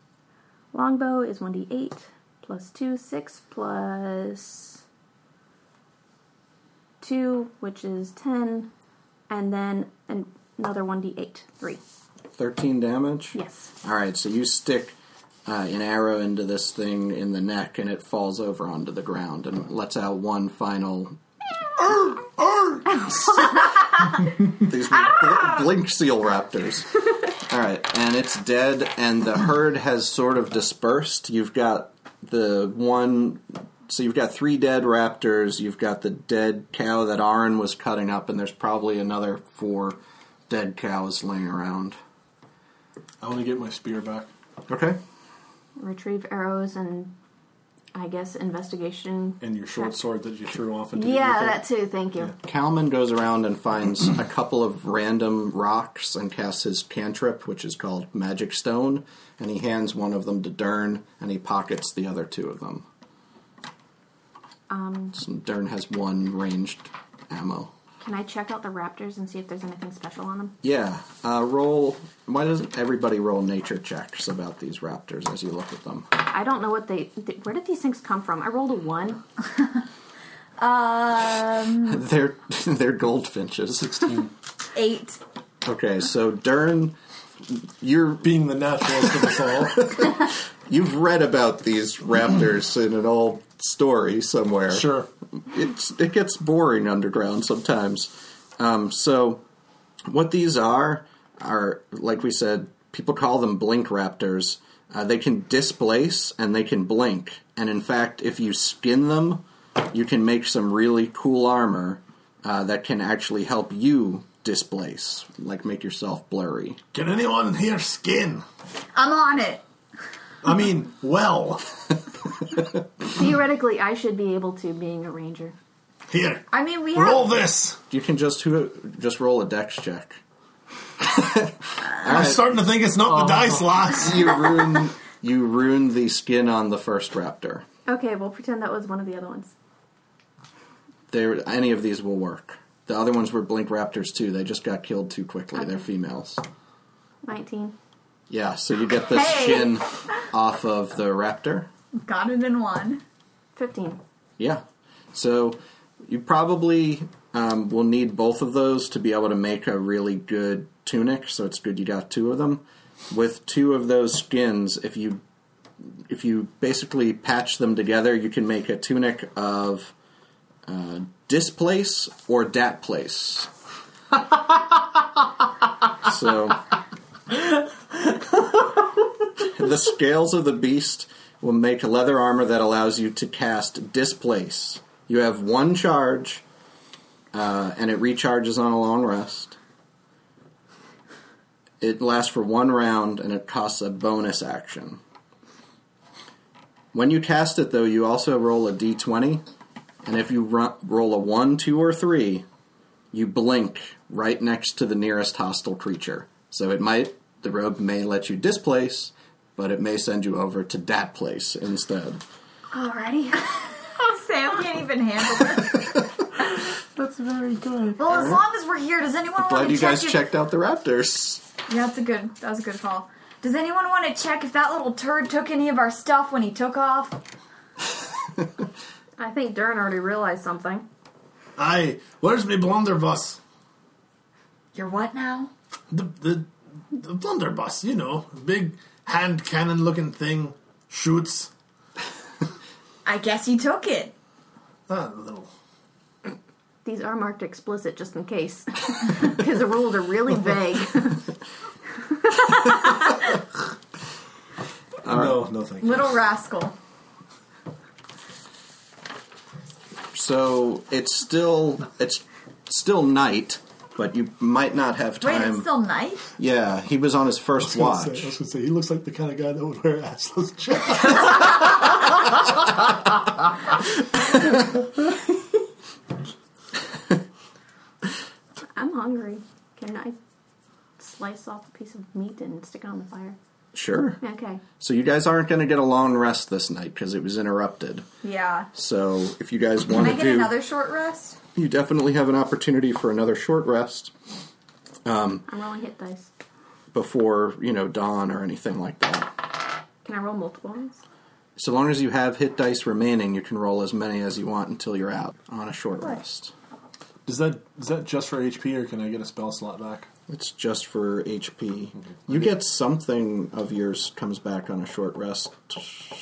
S12: longbow is one D eight plus two, six plus two, which is ten, and then an- another one D eight. Three.
S10: 13 damage?
S12: Yes.
S10: All right, so you stick uh, an arrow into this thing in the neck, and it falls over onto the ground and lets out one final. These were bl- blink seal raptors. All right, and it's dead, and the herd has sort of dispersed. You've got the one. So you've got three dead raptors. You've got the dead cow that Aaron was cutting up, and there's probably another four dead cows laying around.
S8: I want to get my spear back.
S10: Okay.
S12: Retrieve arrows and I guess investigation.
S8: And your short sword that you threw off into
S12: Yeah,
S8: the
S12: that too, thank you.
S10: Kalman goes around and finds a couple of random rocks and casts his cantrip, which is called Magic Stone, and he hands one of them to Dern, and he pockets the other two of them. Um, Dern has one ranged ammo.
S12: Can I check out the raptors and see if there's anything special on them?
S10: Yeah, uh, roll. Why doesn't everybody roll nature checks about these raptors as you look at them?
S12: I don't know what they. Th- where did these things come from? I rolled a one.
S10: they're they're goldfinches.
S5: Eight.
S10: okay, so Dern, you're
S8: Being the naturalist of us all.
S10: You've read about these raptors in an old story somewhere.
S8: Sure.
S10: It's it gets boring underground sometimes. Um, so what these are are like we said, people call them blink raptors. Uh, they can displace and they can blink. And in fact, if you skin them, you can make some really cool armor uh, that can actually help you displace, like make yourself blurry.
S13: Can anyone here skin?
S5: I'm on it.
S13: I mean, well.
S12: Theoretically, I should be able to, being a ranger.
S13: Here,
S5: I mean, we
S13: roll
S5: have.
S13: this.
S10: You can just who just roll a dex check.
S13: I'm starting to think it's not
S5: Oh.
S13: the dice, lass.
S10: you ruin you ruin the skin on the first raptor.
S12: Okay, we'll pretend that was one of the other ones.
S10: There, any of these will work. The other ones were blink raptors too. They just got killed too quickly. They're females.
S12: Nineteen.
S10: Yeah, so you get the
S5: Hey.
S10: skin off of the raptor.
S5: Got it in one.
S12: Fifteen.
S10: Yeah, so you probably um, will need both of those to be able to make a really good tunic. So it's good you got two of them. With two of those skins, if you if you basically patch them together, you can make a tunic of uh, displace or dat place. so the scales of the beast will make a leather armor that allows you to cast displace. You have one charge, uh, and it recharges on a long rest. It lasts for one round, and it costs a bonus action. When you cast it, though, you also roll a d20, and if you ro- roll a 1, 2, or 3, you blink right next to the nearest hostile creature. So it might, the robe may let you displace, but it may send you over to that place instead.
S5: Alrighty. Oh, Sam can't even handle it.
S4: That's very good.
S5: Well, as long as we're here, does anyone want
S10: Glad
S5: to
S10: you
S5: check
S10: guys
S5: if-
S10: checked out the Raptors.
S5: Yeah, that's a good. That was a good call. Does anyone want to check if that little turd took any of our stuff when he took off?
S1: I think Dern already realized something.
S11: Aye, where's me blunderbuss?
S5: Your what now?
S11: The, the, the blunderbuss, you know, big hand cannon looking thing, shoots.
S5: I guess you took it.
S11: Ah, little.
S1: These are marked explicit just in case. Because the rules are really vague.
S8: No, no, thank you.
S5: Little rascal.
S10: So it's still it's still night, but you might not have
S5: Wait,
S10: time.
S5: it's still night?
S10: yeah, he was on his first
S8: I was
S10: watch.
S8: gonna say- I was going to say, he looks like the kind of guy that would wear assless jackets.
S1: I'm hungry. Can I slice off a piece of meat and stick it on the fire?
S10: Sure.
S1: Okay.
S10: So you guys aren't going to get a long rest this night because it was interrupted.
S5: Yeah.
S10: So if you guys want
S5: Can I
S10: to
S5: get
S10: do,
S5: another short rest?
S10: you definitely have an opportunity for another short rest
S1: I'm rolling hit dice.
S10: before you know dawn or anything like that.
S1: Can I roll multiple ones?
S10: So long as you have hit dice remaining, you can roll as many as you want until you're out on a short rest.
S8: Is that is that just for HP, or can I get a spell slot back?
S10: It's just for HP. You get something of yours comes back on a short rest,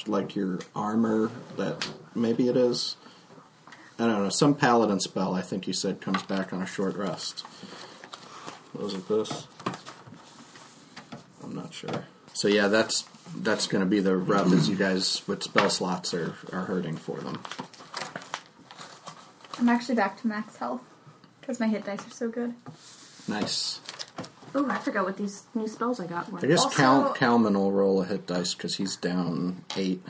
S10: like your armor. That maybe it is. I don't know. Some paladin spell, I think you said, comes back on a short rest. Was it this? I'm not sure. So yeah, that's that's going to be the rub is you guys with spell slots are are hurting for them.
S5: I'm actually back to max health. Because my hit dice are so good.
S10: Nice.
S1: Oh, I forgot what these new spells I got were.
S10: I guess
S5: Also-
S10: Cal- Calman will roll a hit dice because he's down eight.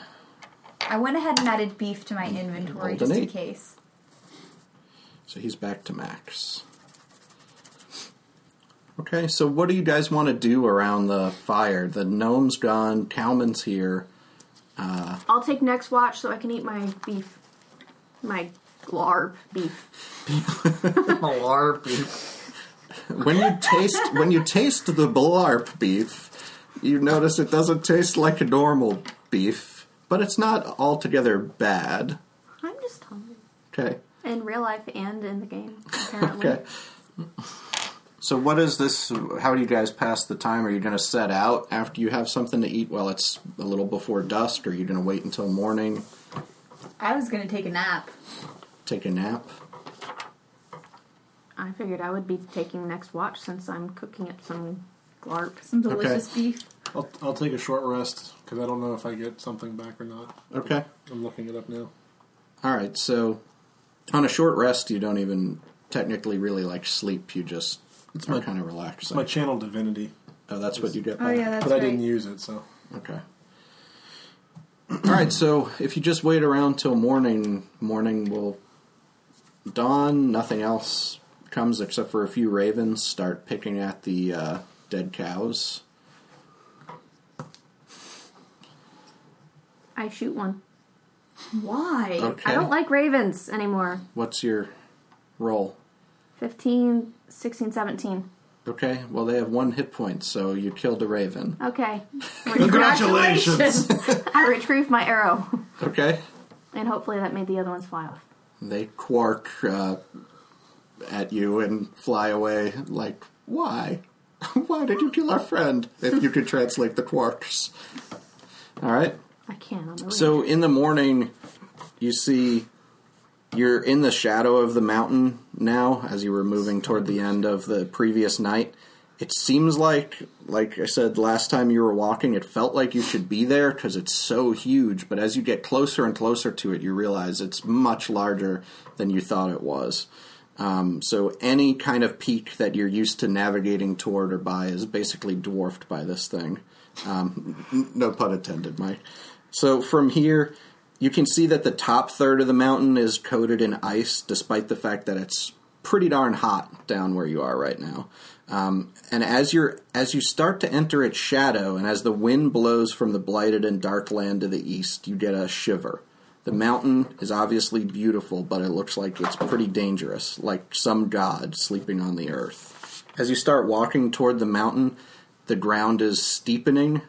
S5: I went ahead and added beef to my inventory
S10: Rolled
S5: just
S10: an
S5: in
S10: eight.
S5: case.
S10: So he's back to max. Okay, so what do you guys want to do around the fire? The gnome's gone, Cowman's here.
S1: I'll take next watch so I can eat my beef. My larb beef.
S4: Malarpy.
S10: When you taste when you taste the blarp beef, you notice it doesn't taste like a normal beef, but it's not altogether bad.
S1: I'm just hungry.
S10: Okay.
S1: In real life and in the game, apparently.
S10: Okay. So what is this how do you guys pass the time? Are you going to set out after you have something to eat while it's a little before dusk? Are you going to wait until morning?
S5: I was going to take a nap.
S10: Take a nap?
S1: I figured I would be taking next watch since I'm cooking up some larp.
S5: Some delicious beef.
S8: I'll, I'll take a short rest because I don't know if I get something back or not.
S10: Okay.
S8: I'm looking it up now.
S10: All right. So on a short rest, you don't even technically really like sleep. You just are kind of relaxing.
S8: My channel divinity,
S10: oh, that's what you get.
S5: Oh,
S10: back.
S5: yeah, that's
S8: but I
S5: right.
S8: didn't use it, so
S10: Okay. All right. So if you just wait around till morning, morning will dawn. Nothing else comes except for a few ravens start picking at the uh, dead cows.
S1: I shoot one.
S5: Why?
S10: Okay.
S1: I don't like ravens anymore.
S10: What's your roll?
S1: 15, 16, 17.
S10: Okay. Well, they have one hit point, so you killed a raven.
S1: Okay.
S11: Congratulations.
S1: I retrieve my arrow.
S10: Okay.
S1: And hopefully that made the other ones fly off.
S10: they quark uh, at you and fly away like why why did you kill our friend if you could translate the quarks all right
S1: I can. I'm really
S10: so in the morning you see you're in the shadow of the mountain now as you were moving toward the end of the previous night it seems like like i said last time you were walking it felt like you should be there because it's so huge but as you get closer and closer to it you realize it's much larger than you thought it was um, so any kind of peak that you're used to navigating toward or by is basically dwarfed by this thing um, n- no pun intended mike so from here you can see that the top third of the mountain is coated in ice, despite the fact that it's pretty darn hot down where you are right now. Um, and as you're as you start to enter its shadow and as the wind blows from the blighted and dark land to the east you get a shiver the mountain is obviously beautiful but it looks like it's pretty dangerous like some god sleeping on the earth as you start walking toward the mountain the ground is steepening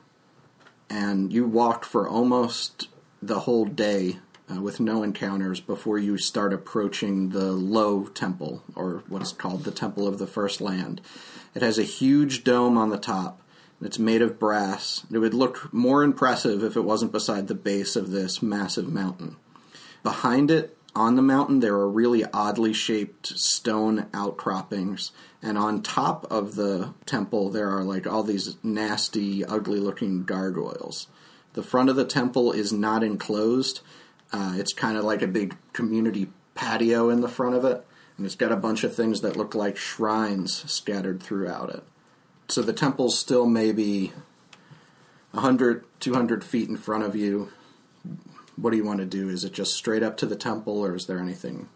S10: and you walk for almost the whole day uh, with no encounters before you start approaching the low temple, or what's called the Temple of the First Land. It has a huge dome on the top, and it's made of brass. It would look more impressive if it wasn't beside the base of this massive mountain. Behind it, on the mountain, there are really oddly shaped stone outcroppings. And on top of the temple, there are like all these nasty, ugly looking gargoyles. The front of the temple is not enclosed, uh, it's kind of like a big community patio in the front of it. And it's got a bunch of things that look like shrines scattered throughout it. So the temple's still maybe 100, 200 feet in front of you, what do you want to do? Is it just straight up to the temple, or is there anything?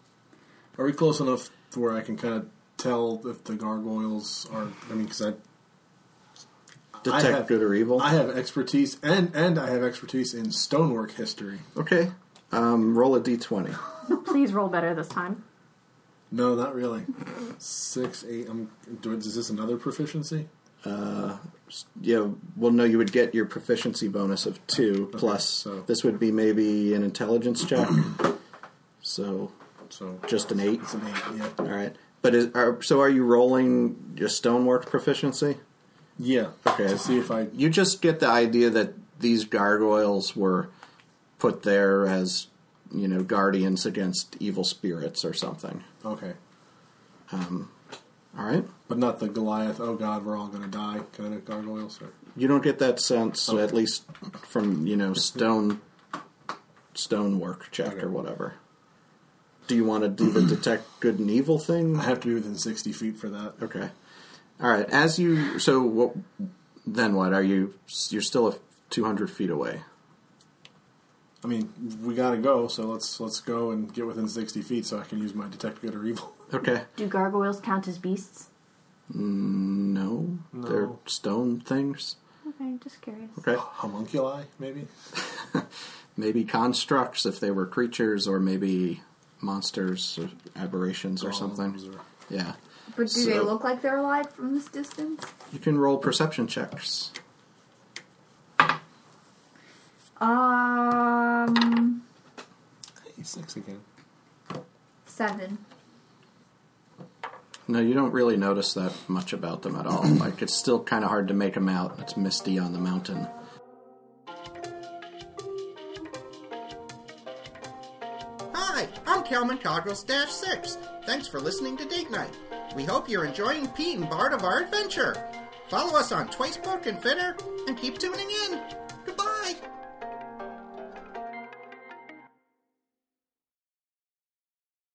S8: Are we close enough to where I can kind of tell if the gargoyles are? I mean, because I
S10: Detect
S8: I have-
S10: good or evil?
S8: I have expertise and and I have expertise in stonework history.
S10: Okay, um, roll a d20.
S1: Please roll better this time.
S8: No, not really. Six, eight. I'm. Do, is this another proficiency?
S10: Yeah, well, no, you would get your proficiency bonus of two plus.
S8: so-
S10: This would be maybe an intelligence check. so
S8: So
S10: just an eight.
S8: it's an eight. Yeah.
S10: All right, but is are, so are you rolling your stonework proficiency?
S8: Yeah.
S10: Okay.
S8: To see if I.
S10: You just get the idea that these gargoyles were put there as you know guardians against evil spirits or something.
S8: Okay.
S10: All right.
S8: But not the Goliath. Oh God, we're all gonna die. Kind of gargoyles. Or,
S10: You don't get that sense, at least from you know stone stonework check or whatever. Do you want to do the detect good and evil thing?
S8: I have to be within sixty feet for that.
S10: Okay, all right. As you so what? Then what? Are you you're still two hundred feet away?
S8: I mean, we gotta go. So let's let's go and get within sixty feet so I can use my detect good or evil.
S10: Okay.
S1: Do gargoyles count as beasts?
S10: No, they're stone things.
S1: Okay, just curious.
S10: Okay,
S8: Homunculi, maybe.
S10: maybe constructs if they were creatures, or maybe monsters, or aberrations, or something.
S8: Golems or-
S10: Yeah,
S5: But do they
S10: So-
S5: look like they're alive from this distance?
S10: you can roll perception checks.
S5: Um,
S8: Hey, six again.
S5: seven.
S10: No, you don't really notice that much about them at all. Like, it's still kind of hard to make them out. It's misty on the mountain.
S12: Hi, I'm Kelman Coggles Dash 6. Thanks for listening to Date Night. We hope you're enjoying Pete and Bart of our adventure. Follow us on Facebook and Twitter, and keep tuning in.